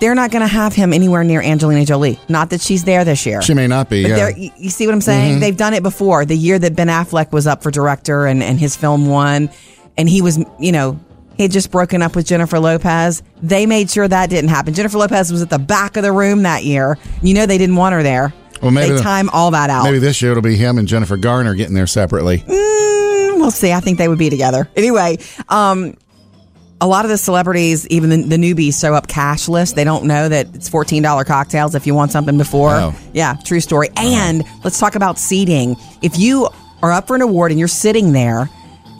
[SPEAKER 4] They're not going to have him anywhere near Angelina Jolie. Not that she's there this year.
[SPEAKER 3] She may not be,
[SPEAKER 4] But
[SPEAKER 3] yeah.
[SPEAKER 4] they're- you you see what I'm saying?
[SPEAKER 3] Mhm.
[SPEAKER 4] They've done it before. The year that Ben Affleck was up for director and, and his film won, and he was, you know, he had just broken up with Jennifer Lopez. They made sure that didn't happen. Jennifer Lopez was at the back of the room that year. You know, they didn't want her there.
[SPEAKER 3] Well, maybe
[SPEAKER 4] they
[SPEAKER 3] the-
[SPEAKER 4] time all that out.
[SPEAKER 3] Maybe this year it'll be him and Jennifer Garner getting there separately.
[SPEAKER 4] Mm, we'll see. I think they would be together. Anyway, um, a lot of the celebrities, even the, the newbies, show up cashless. They don't know that it's fourteen dollar cocktails if you want something before.
[SPEAKER 5] Oh.
[SPEAKER 4] Yeah, true story. And let's talk about seating. If you are up for an award and you're sitting there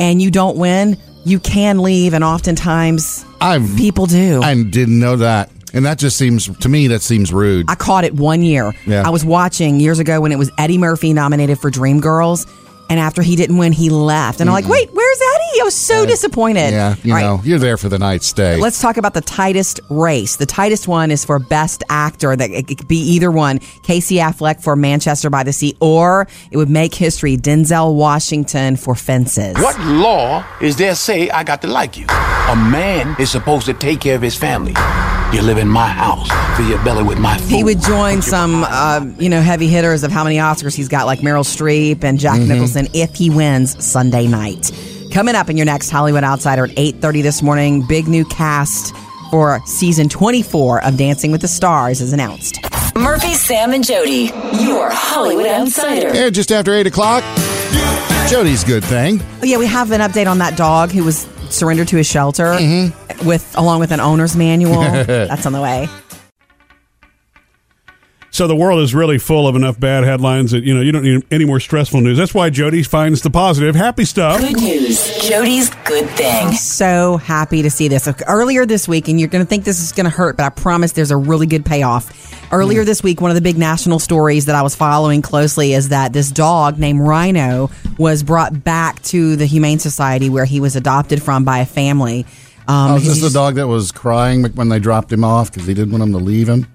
[SPEAKER 4] and you don't win, you can leave, and oftentimes
[SPEAKER 3] I've
[SPEAKER 4] people do.
[SPEAKER 3] I didn't know that, and that just seems to me that seems rude.
[SPEAKER 4] I caught it one year.
[SPEAKER 3] Yeah.
[SPEAKER 4] I was watching years ago when it was Eddie Murphy nominated for Dreamgirls, and after he didn't win, he left. And I'm like,
[SPEAKER 3] Mm-mm.
[SPEAKER 4] wait, where's Eddie? I was so disappointed.
[SPEAKER 3] yeah, you
[SPEAKER 4] All right,
[SPEAKER 3] know, you're there for the night stay.
[SPEAKER 4] Let's talk about the tightest race. The tightest one is for best actor. That it could be either one. Casey Affleck for Manchester by the Sea, or it would make history. Denzel Washington for Fences.
[SPEAKER 18] What law is there say I got to like you? A man is supposed to take care of his family. You live in my house, fill your belly with my food.
[SPEAKER 4] He would join some, uh, you know, heavy hitters of how many Oscars he's got, like Meryl Streep and Jack
[SPEAKER 18] Mhm.
[SPEAKER 4] Nicholson, if he wins Sunday night. Coming up in your next Hollywood Outsider at eight thirty this morning, big new cast for season twenty four of Dancing with the Stars is announced.
[SPEAKER 5] Murphy, Sam, and Jody, your Hollywood Outsider.
[SPEAKER 3] Yeah, just after eight o'clock. Jody's good thing.
[SPEAKER 4] Oh, yeah, we have an update on that dog who was surrendered to his shelter with along with an owner's manual. That's on the way.
[SPEAKER 2] So the world is really full of enough bad headlines that you know you don't need any more stressful news. That's why Jody finds the positive, happy stuff.
[SPEAKER 5] Good news. Jody's good thing.
[SPEAKER 4] I'm so happy to see this. Earlier this week, and you're going to think this is going to hurt, but I promise there's a really good payoff. Earlier
[SPEAKER 3] Mm.
[SPEAKER 4] this week, one of the big national stories that I was following closely is that this dog named Rhino was brought back to the Humane Society where he was adopted from by a family. Um,
[SPEAKER 3] oh, is this
[SPEAKER 4] he's-
[SPEAKER 3] the dog that was crying when they dropped him off because he didn't want him to leave him?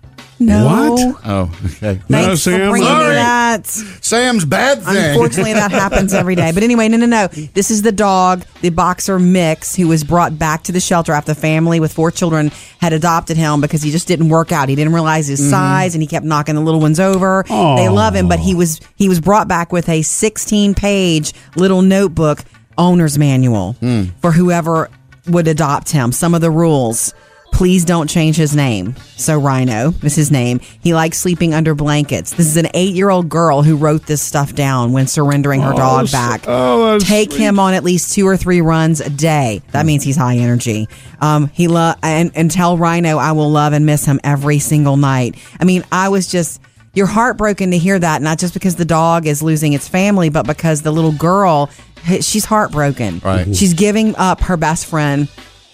[SPEAKER 4] No.
[SPEAKER 3] Oh, okay.
[SPEAKER 4] Thanks for bringing me that. Sam's
[SPEAKER 3] bad thing.
[SPEAKER 4] Unfortunately, that happens every day. But anyway, no, no, no. This is the dog, the boxer Mix, who was brought back to the shelter after the family with four children had adopted him because he just didn't work out. He didn't realize his
[SPEAKER 1] Mhm.
[SPEAKER 4] size, and he kept knocking the little ones over. They love him, but he was he was brought back with a 16 page little notebook owner's manual for whoever would adopt him. Some of the rules. Please don't change his name. So Rhino is his name. He likes sleeping under blankets. This is an eight-year-old girl who wrote this stuff down when surrendering her
[SPEAKER 1] Oh,
[SPEAKER 4] dog
[SPEAKER 1] s-
[SPEAKER 4] back.
[SPEAKER 1] oh, that's
[SPEAKER 4] Take him on at least two or three runs a day. That means he's high energy. Um, he lo- and, and tell Rhino I will love and miss him every single night. I mean, I was just you're heartbroken to hear that, not just because the dog is losing its family, but because the little girl, h- she's heartbroken.
[SPEAKER 1] Right.
[SPEAKER 4] She's giving up her best friend.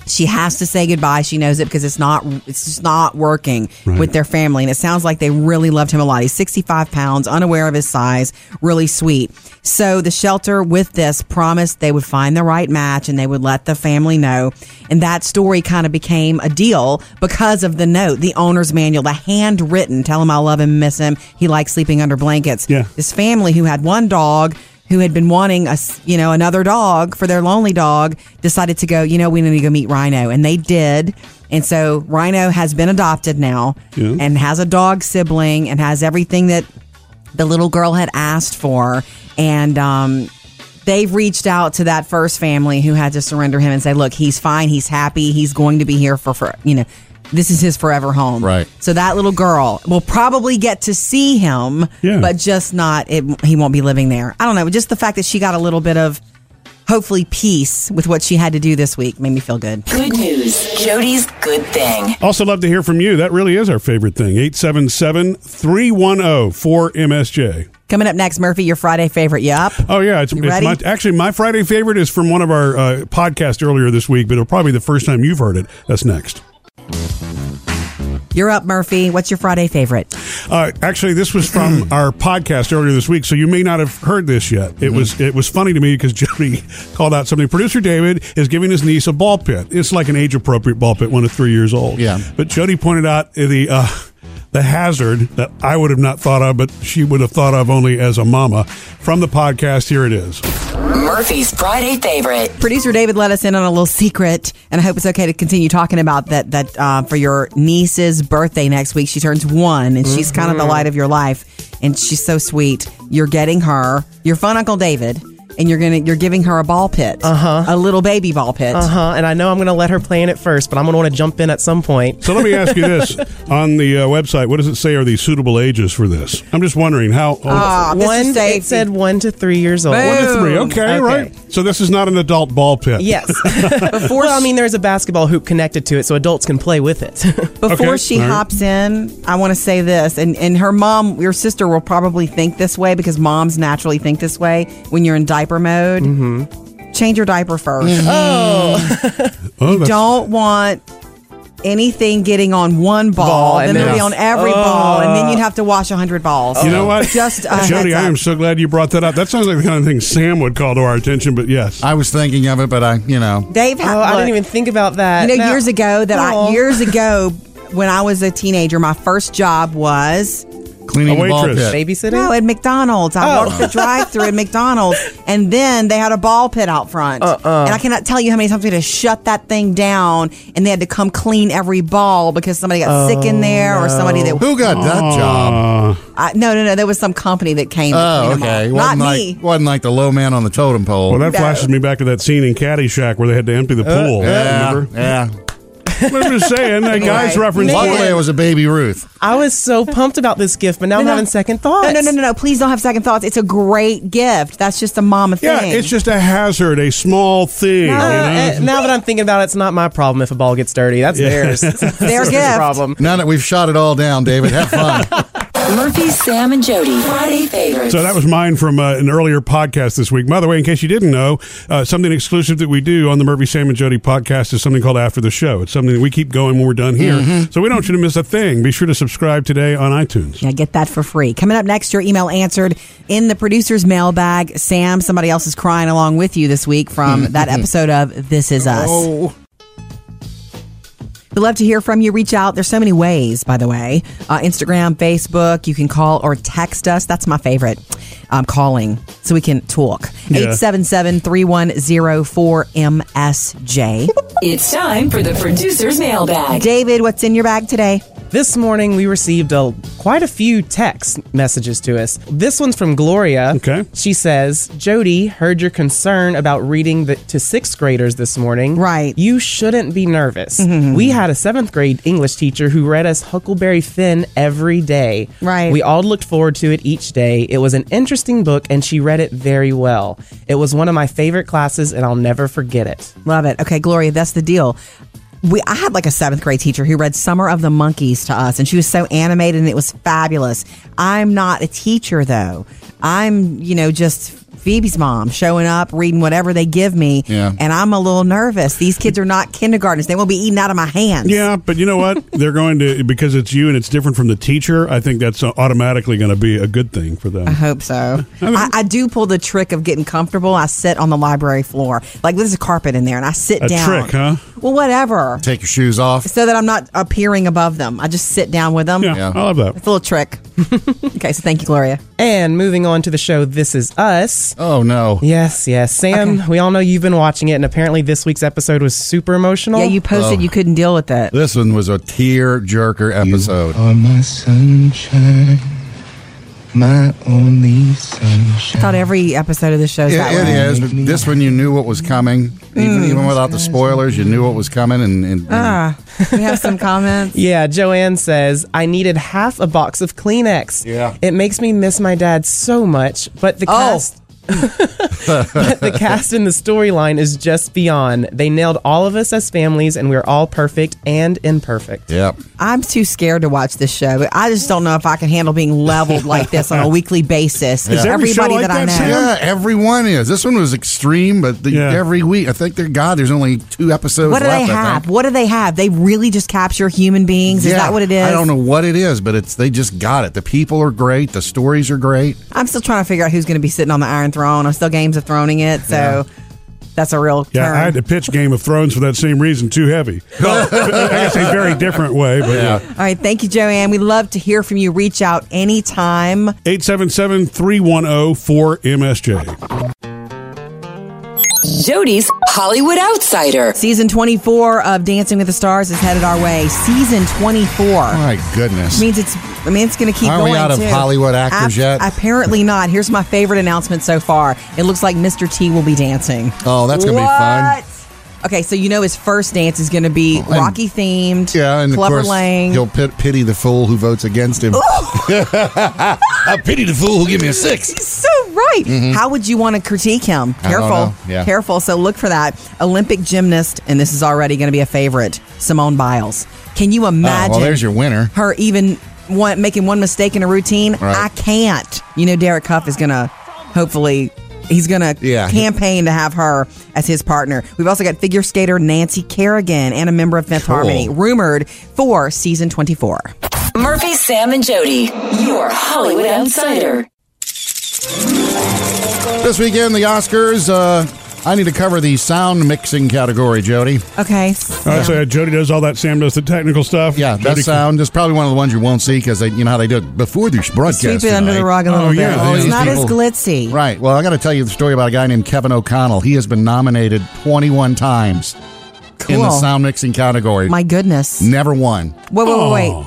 [SPEAKER 4] She has to say goodbye. She knows it because it's not it's just not working with their family. And it sounds like they really loved him a lot. He's 65 pounds, unaware of his size, really sweet. So the shelter with this promised they would find the right match and they would let the family know. And that story kind of became a deal because of the note, the owner's manual, the handwritten, tell him I love him, miss him. He likes sleeping under blankets. Yeah. This family who had one dog who had been wanting us, you know, another dog for their lonely dog, decided to go, you know, we need to go meet Rhino. And they did. And so Rhino has been adopted now
[SPEAKER 1] Yeah.
[SPEAKER 4] and has a dog sibling and has everything that the little girl had asked for. And um, they've reached out to that first family who had to surrender him and say, look, he's fine. He's happy. He's going to be here for, for you know, this is his forever home.
[SPEAKER 3] Right.
[SPEAKER 4] So that little girl will probably get to see him, but just not. It, he won't be living there. I don't know. Just the fact that she got a little bit of hopefully peace with what she had to do this week made me feel good.
[SPEAKER 5] Good news. Jody's good thing.
[SPEAKER 2] Also, love to hear from you. That really is our favorite thing. 877 310 4MSJ.
[SPEAKER 4] Coming up next, Murphy, your Friday favorite. Yup.
[SPEAKER 2] Oh yeah, it's,
[SPEAKER 4] You
[SPEAKER 2] it's
[SPEAKER 4] ready?
[SPEAKER 2] my, actually my Friday favorite is from one of our uh, podcasts earlier this week, but it'll probably be the first time you've heard it. That's next.
[SPEAKER 4] You're up, Murphy. What's your Friday favorite?
[SPEAKER 2] Uh, actually, this was from our podcast earlier this week, so you may not have heard this yet. It was
[SPEAKER 4] Mm-hmm.
[SPEAKER 2] it was funny to me because Jody called out something. Producer David is giving his niece a ball pit. It's like an age appropriate ball pit, one to three years old. Yeah. But Jody pointed out the uh, the hazard that I would have not thought of, but she would have thought of only as a mama. From the podcast, here it is.
[SPEAKER 5] Murphy's Friday favorite.
[SPEAKER 4] Producer David let us in on a little secret, and I hope it's okay to continue talking about that. That uh, for your niece's birthday next week, she turns one, and she's kind of
[SPEAKER 8] Mm-hmm.
[SPEAKER 4] the
[SPEAKER 1] Mhm.
[SPEAKER 4] light of your life, and she's so sweet. You're getting her your fun Uncle David, and you're gonna you're giving her a ball pit, uh huh,
[SPEAKER 8] Uh-huh.
[SPEAKER 4] a little baby ball pit.
[SPEAKER 8] Uh huh. And I know I'm going to let her play in it first, but I'm going to want to jump in at some point.
[SPEAKER 2] So let me ask you this: on the uh, website, what does it say are the suitable ages for this? I'm just wondering how. Old,
[SPEAKER 4] Ah,
[SPEAKER 8] one, it said one to three years old.
[SPEAKER 2] One to three. Okay, right. So this is not an adult ball pit.
[SPEAKER 8] Yes. Before well, I mean, there's a basketball hoop connected to it, so adults can play with it.
[SPEAKER 4] Before she hops in, I want to say this, and, and her mom, your sister, will probably think this way because moms naturally think this way when you're in diaper mode.
[SPEAKER 2] Mm-hmm.
[SPEAKER 4] Change your diaper 1st
[SPEAKER 1] Mhm.
[SPEAKER 8] Mm-hmm.
[SPEAKER 4] Oh, you don't want anything getting on one ball,
[SPEAKER 2] Ball,
[SPEAKER 4] then
[SPEAKER 2] and
[SPEAKER 4] it'll
[SPEAKER 2] then-
[SPEAKER 4] be on every
[SPEAKER 2] Oh.
[SPEAKER 4] ball, and then you'd have to wash hundred balls.
[SPEAKER 2] You know what?
[SPEAKER 4] Just a
[SPEAKER 2] Jody,
[SPEAKER 4] heads
[SPEAKER 2] I
[SPEAKER 4] up.
[SPEAKER 2] am so glad you brought that up. That sounds like the kind of thing Sam would call to our attention. But yes,
[SPEAKER 3] I was thinking of it, but I, you know,
[SPEAKER 4] Dave,
[SPEAKER 8] Oh, I didn't
[SPEAKER 4] look.
[SPEAKER 8] even think about that.
[SPEAKER 4] You know,
[SPEAKER 8] Now-
[SPEAKER 4] years ago that
[SPEAKER 8] Aw.
[SPEAKER 4] I years ago when I was a teenager, my first job was
[SPEAKER 3] Cleaning A the ball waitress. pit.
[SPEAKER 8] babysitting.
[SPEAKER 4] No, at McDonald's. I worked the drive-through at McDonald's, and then they had a ball pit out front.
[SPEAKER 1] Uh-uh.
[SPEAKER 4] And I cannot tell you how many times we had to shut that thing down, and they had to come clean every ball because somebody got sick in there or somebody that
[SPEAKER 3] who got that job?
[SPEAKER 4] I, no, no, no. There was some company that came. and
[SPEAKER 3] Oh,
[SPEAKER 4] cleaned them
[SPEAKER 3] okay.
[SPEAKER 4] all. Not
[SPEAKER 3] Wasn't like,
[SPEAKER 4] me.
[SPEAKER 3] Wasn't like the low man on the totem pole.
[SPEAKER 2] Well, that flashes me back to that scene in Caddyshack where they had to empty the
[SPEAKER 3] Uh,
[SPEAKER 2] pool.
[SPEAKER 3] yeah,
[SPEAKER 2] remember?
[SPEAKER 3] yeah.
[SPEAKER 2] I'm just saying that guy's reference.
[SPEAKER 3] Luckily, it was a baby Ruth.
[SPEAKER 8] I was so pumped about this gift, but now I'm
[SPEAKER 4] No, no.
[SPEAKER 8] having second thoughts.
[SPEAKER 4] No, no, no, no, no. Please don't have second thoughts. It's a great gift. That's just a mama thing.
[SPEAKER 2] Yeah, it's just a hazard, a small thing. you
[SPEAKER 8] Uh, uh,
[SPEAKER 2] know?
[SPEAKER 8] now that I'm thinking about it, it's not my problem if a ball gets dirty. That's
[SPEAKER 2] Yeah.
[SPEAKER 8] theirs.
[SPEAKER 2] It's
[SPEAKER 8] That's
[SPEAKER 4] their gift.
[SPEAKER 8] problem.
[SPEAKER 3] Now that we've shot it all down, David, have fun.
[SPEAKER 5] Murphy, Sam, and Jody. Friday favorites.
[SPEAKER 2] So that was mine from uh, an earlier podcast this week. By the way, in case you didn't know, uh, something exclusive that we do on the Murphy, Sam, and Jody podcast is something called After the Show. It's something that we keep going when we're done here.
[SPEAKER 4] Mhm.
[SPEAKER 2] So we don't want you to miss a thing. Be sure to subscribe today on iTunes.
[SPEAKER 4] Yeah, get that for free. Coming up next, your email answered in the producer's mailbag. Sam, somebody else is crying along with you this week from that episode of This Is Us.
[SPEAKER 3] Oh,
[SPEAKER 4] We'd love to hear from you. Reach out. There's so many ways, by the way. Uh, Instagram, Facebook. You can call or text us. That's my favorite. Um, calling so we can talk.
[SPEAKER 5] Yeah.
[SPEAKER 4] 877 3104 MSJ.
[SPEAKER 5] It's time for the producer's mailbag.
[SPEAKER 4] David, what's in your bag today?
[SPEAKER 8] This morning we received a, quite a few text messages to us. This one's from Gloria. Okay. She says, Jody, heard your concern about reading the, to sixth graders this morning. Right. You shouldn't be nervous.
[SPEAKER 4] Mm-hmm.
[SPEAKER 8] We had a seventh grade English teacher who read us Huckleberry Finn every day. Right. We all looked forward to it each day. It was an interesting book and she read it very well. It was one of my favorite classes and I'll never forget it.
[SPEAKER 4] Love it. Okay, Gloria, that's the deal. We, I had like a seventh grade teacher who read Summer of the Monkeys to us, and she was so animated and it was fabulous. I'm not a teacher though. I'm, you know, just Phoebe's mom showing up, reading whatever they give me,
[SPEAKER 2] Yeah.
[SPEAKER 4] and I'm a little nervous. These kids are not kindergartners. They won't be eating out of my hands.
[SPEAKER 2] Yeah, but you know what? They're going to because it's you and it's different from the teacher. I think that's automatically going to be a good thing for them.
[SPEAKER 4] I hope so. I, I do pull the trick of getting comfortable. I sit on the library floor. Like there's a carpet in there and I sit
[SPEAKER 3] A
[SPEAKER 4] down.
[SPEAKER 3] trick, huh?
[SPEAKER 4] Well, whatever.
[SPEAKER 3] Take your shoes off.
[SPEAKER 4] so that I'm not appearing above them. I just sit down with them.
[SPEAKER 3] Yeah, Yeah. I love that.
[SPEAKER 4] It's a little trick. okay, so thank you, Gloria.
[SPEAKER 8] And moving on to the show, This Is Us.
[SPEAKER 3] Oh, no.
[SPEAKER 8] Yes, yes. Sam, we all know you've been watching it, and apparently this week's episode was super emotional.
[SPEAKER 4] Yeah, you posted
[SPEAKER 3] Oh.
[SPEAKER 4] you couldn't deal with that.
[SPEAKER 3] This one was a tear jerker episode.
[SPEAKER 21] Are my sunshine, my only
[SPEAKER 4] I
[SPEAKER 21] sunshine.
[SPEAKER 4] thought every episode of the show
[SPEAKER 3] It-
[SPEAKER 4] is that
[SPEAKER 3] it
[SPEAKER 4] way.
[SPEAKER 3] is. But this one, you knew what was coming. Even, even without the spoilers, you knew what was coming. And, and,
[SPEAKER 4] Hmm. Ah, we have some comments.
[SPEAKER 8] Yeah, Joanne says, I needed half a box of Kleenex. Yeah. It makes me miss my dad so much, but
[SPEAKER 5] Oh.
[SPEAKER 8] the cast. but the cast and the storyline is just beyond. They nailed all of us as families, and we're all perfect and imperfect.
[SPEAKER 3] Yep.
[SPEAKER 4] I'm too scared to watch this show, but I just don't know if I can handle being leveled like this on a weekly basis. Everybody that, I know.
[SPEAKER 3] Yeah, everyone is. This one was extreme, but the, every week, I think, dear God, there's only two episodes
[SPEAKER 4] What do
[SPEAKER 3] left.
[SPEAKER 4] they
[SPEAKER 3] I think.
[SPEAKER 4] have? What do they have? They really just capture human beings. Is
[SPEAKER 3] Yeah,
[SPEAKER 4] that what it is?
[SPEAKER 3] I don't know what it is, but it's they just got it. The people are great. The stories are great.
[SPEAKER 4] I'm still trying to figure out who's going to be sitting on the Iron Throne. I'm still games of throning it, so that's a real
[SPEAKER 2] Yeah,
[SPEAKER 4] turn.
[SPEAKER 2] I had to pitch Game of Thrones for that same reason. Too heavy. Well, I guess a very different way, but yeah.
[SPEAKER 4] All right, thank you, Joanne. We love to hear from you. Reach out anytime.
[SPEAKER 2] 877 310 4MSJ.
[SPEAKER 4] Jody's Hollywood Outsider. Season 24 of Dancing with the Stars is headed our way. Season 24.
[SPEAKER 3] My goodness.
[SPEAKER 4] means it's I mean it's going to keep
[SPEAKER 3] Aren't we
[SPEAKER 4] going.
[SPEAKER 3] out of
[SPEAKER 4] too.
[SPEAKER 3] Hollywood actors yet?
[SPEAKER 4] Apparently not. Here's my favorite announcement so far. It looks like Mr. T will be dancing.
[SPEAKER 3] Oh, that's gonna be fun. Oh,
[SPEAKER 4] What? Okay, so you know his first dance is going to be Rocky themed.
[SPEAKER 3] Yeah, and
[SPEAKER 4] Clever
[SPEAKER 3] of course,
[SPEAKER 4] Lang.
[SPEAKER 3] he'll pit- pity the fool who votes against him. I pity the fool who give me a six.
[SPEAKER 4] He's so right.
[SPEAKER 3] Mhm.
[SPEAKER 4] How would you want to critique him?
[SPEAKER 3] I don't
[SPEAKER 4] Careful.
[SPEAKER 3] know. Yeah.
[SPEAKER 4] Careful. So look for that. Olympic gymnast, and this is already going to be a favorite, Simone Biles. Can you imagine?
[SPEAKER 3] Oh, well, there's your winner.
[SPEAKER 4] Her even one, making one mistake in a routine?
[SPEAKER 3] Right.
[SPEAKER 4] I can't. You know, Derek Huff is going to hopefully. He's going to
[SPEAKER 3] Yeah.
[SPEAKER 4] campaign to have her as his partner. We've also got figure skater Nancy Kerrigan and a member of Fifth
[SPEAKER 5] Cool.
[SPEAKER 4] Harmony, rumored for season 24.
[SPEAKER 5] Murphy, Sam, and Jody, your Hollywood Outsider.
[SPEAKER 3] This weekend, the Oscars. Uh, I need to cover the sound mixing category, Jody.
[SPEAKER 4] Okay.
[SPEAKER 3] Oh,
[SPEAKER 2] All right, so yeah, Jody does all that. Sam does the technical stuff.
[SPEAKER 3] Yeah, that
[SPEAKER 2] Jody-
[SPEAKER 3] sound is probably one of the ones you won't see because you know how they do it before their broadcast.
[SPEAKER 4] Sweep it under
[SPEAKER 3] tonight.
[SPEAKER 4] the rug a little bit. Oh, it's
[SPEAKER 3] oh, These
[SPEAKER 4] not as
[SPEAKER 3] people-
[SPEAKER 4] glitzy.
[SPEAKER 3] Right. Well, I got to tell you the story about a guy named Kevin O'Connell. He has been nominated 21 times in the
[SPEAKER 4] Cool.
[SPEAKER 3] sound mixing category.
[SPEAKER 4] My goodness.
[SPEAKER 3] Never won.
[SPEAKER 4] Wait, wait, wait, wait.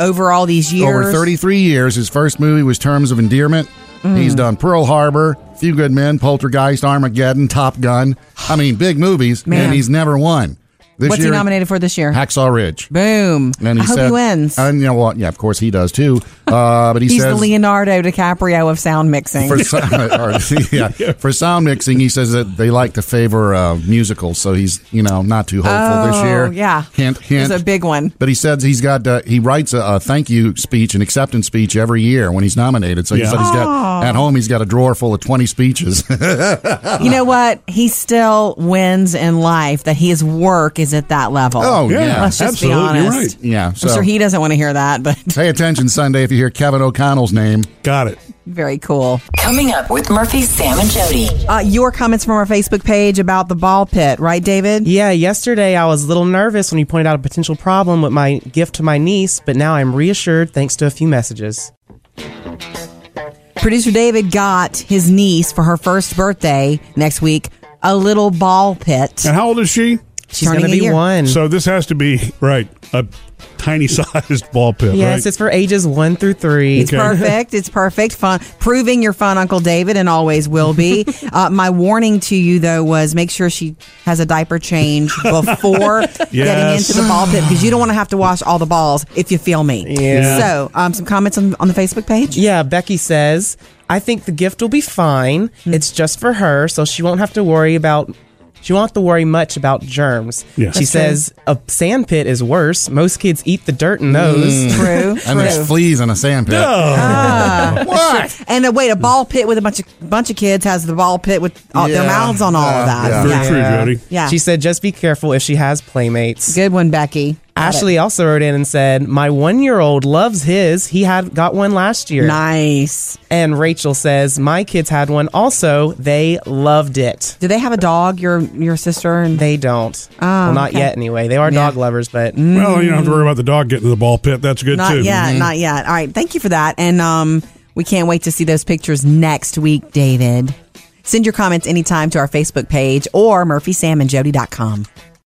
[SPEAKER 4] Over all these years.
[SPEAKER 3] Oh. Over 33 years, his first movie was Terms of Endearment.
[SPEAKER 4] Mm.
[SPEAKER 3] He's done Pearl Harbor, Few Good Men, Poltergeist, Armageddon, Top Gun. I mean, big movies,
[SPEAKER 4] Man.
[SPEAKER 3] and he's never won. This
[SPEAKER 4] What's
[SPEAKER 3] year-
[SPEAKER 4] he nominated for this year?
[SPEAKER 3] Hacksaw Ridge.
[SPEAKER 4] Boom.
[SPEAKER 3] And he
[SPEAKER 4] I hope he
[SPEAKER 3] said,
[SPEAKER 4] wins.
[SPEAKER 3] And you know what? Yeah, of course he does too. Uh, but he
[SPEAKER 4] He's
[SPEAKER 3] says
[SPEAKER 4] the Leonardo DiCaprio of sound mixing.
[SPEAKER 3] for sound, or, yeah, for sound mixing, he says that they like to favor uh, musicals, so he's you know not too hopeful this
[SPEAKER 4] Oh,
[SPEAKER 3] year.
[SPEAKER 4] yeah.
[SPEAKER 3] hint, hint.
[SPEAKER 4] It's a big one.
[SPEAKER 3] But he says he's got uh, he writes a, a thank you speech, an acceptance speech every year when he's nominated. So he
[SPEAKER 2] Yeah.
[SPEAKER 3] said he's got
[SPEAKER 4] Aw.
[SPEAKER 3] at home he's got a drawer full of twenty speeches.
[SPEAKER 4] You know what? He still wins in life that his work is at that level.
[SPEAKER 3] Oh yeah,
[SPEAKER 4] Let's just be honest.
[SPEAKER 3] Yeah, so
[SPEAKER 4] I'm sure Oh, he doesn't want to hear that, but
[SPEAKER 3] pay attention Sunday if you hear Kevin O'Connell's name.
[SPEAKER 2] Got it.
[SPEAKER 4] very cool.
[SPEAKER 25] Coming up with Murphy, Sam, and Jody.
[SPEAKER 4] Uh, your comments from our Facebook page about the ball pit, right, David?
[SPEAKER 5] Yeah, yesterday I was a little nervous when you pointed out a potential problem with my gift to my niece, but now I'm reassured thanks to a few messages.
[SPEAKER 4] Producer David got his niece for her first birthday next week a little ball pit.
[SPEAKER 2] And how old is she?
[SPEAKER 4] She's Turning gonna a be year. one.
[SPEAKER 2] So this has to be right a tiny sized ball pit.
[SPEAKER 5] Yes,
[SPEAKER 2] right?
[SPEAKER 5] it's for ages one through three.
[SPEAKER 4] It's perfect. It's perfect. Fun. Proving your fun, Uncle David, and always will be. Uh, my warning to you, though, was make sure she has a diaper change before getting
[SPEAKER 2] Yes.
[SPEAKER 4] into the ball pit because you don't want to have to wash all the balls, if you feel me.
[SPEAKER 5] Yeah.
[SPEAKER 4] So, um, some comments on, on the Facebook page?
[SPEAKER 5] Yeah, Becky says, I think the gift will be fine. It's just for her, so she won't have to worry about. She won't have to worry much about germs.
[SPEAKER 2] Yeah. That's
[SPEAKER 5] She
[SPEAKER 2] true.
[SPEAKER 5] says a sand pit is worse. Most kids eat the dirt in those.
[SPEAKER 4] True,
[SPEAKER 3] And there's fleas in a sandpit.
[SPEAKER 4] Ah. And uh, wait, a ball pit with a bunch of bunch of kids has the ball pit with all, their
[SPEAKER 5] Yeah.
[SPEAKER 4] mouths on all of that. Yeah.
[SPEAKER 5] She said, just be careful if she has playmates.
[SPEAKER 4] Good one, Becky. Got it.
[SPEAKER 5] Ashley also wrote in and said, My one year old loves his. He had got one last year.
[SPEAKER 4] Nice.
[SPEAKER 5] And Rachel says, My kids had one also. They loved it.
[SPEAKER 4] Do they have a dog, your your sister? And
[SPEAKER 5] they don't.
[SPEAKER 4] Oh,
[SPEAKER 5] well, not
[SPEAKER 4] okay.
[SPEAKER 5] yet anyway. They are
[SPEAKER 4] Yeah.
[SPEAKER 5] dog lovers, but
[SPEAKER 2] Well, you don't have to worry about the dog getting to the ball pit. That's good
[SPEAKER 4] not
[SPEAKER 2] too. Mm-hmm.
[SPEAKER 4] yet, not yet. All right, thank you for that, and um, we can't wait to see those pictures next week, David. Send your comments anytime to our Facebook page or murphysamandjody.com.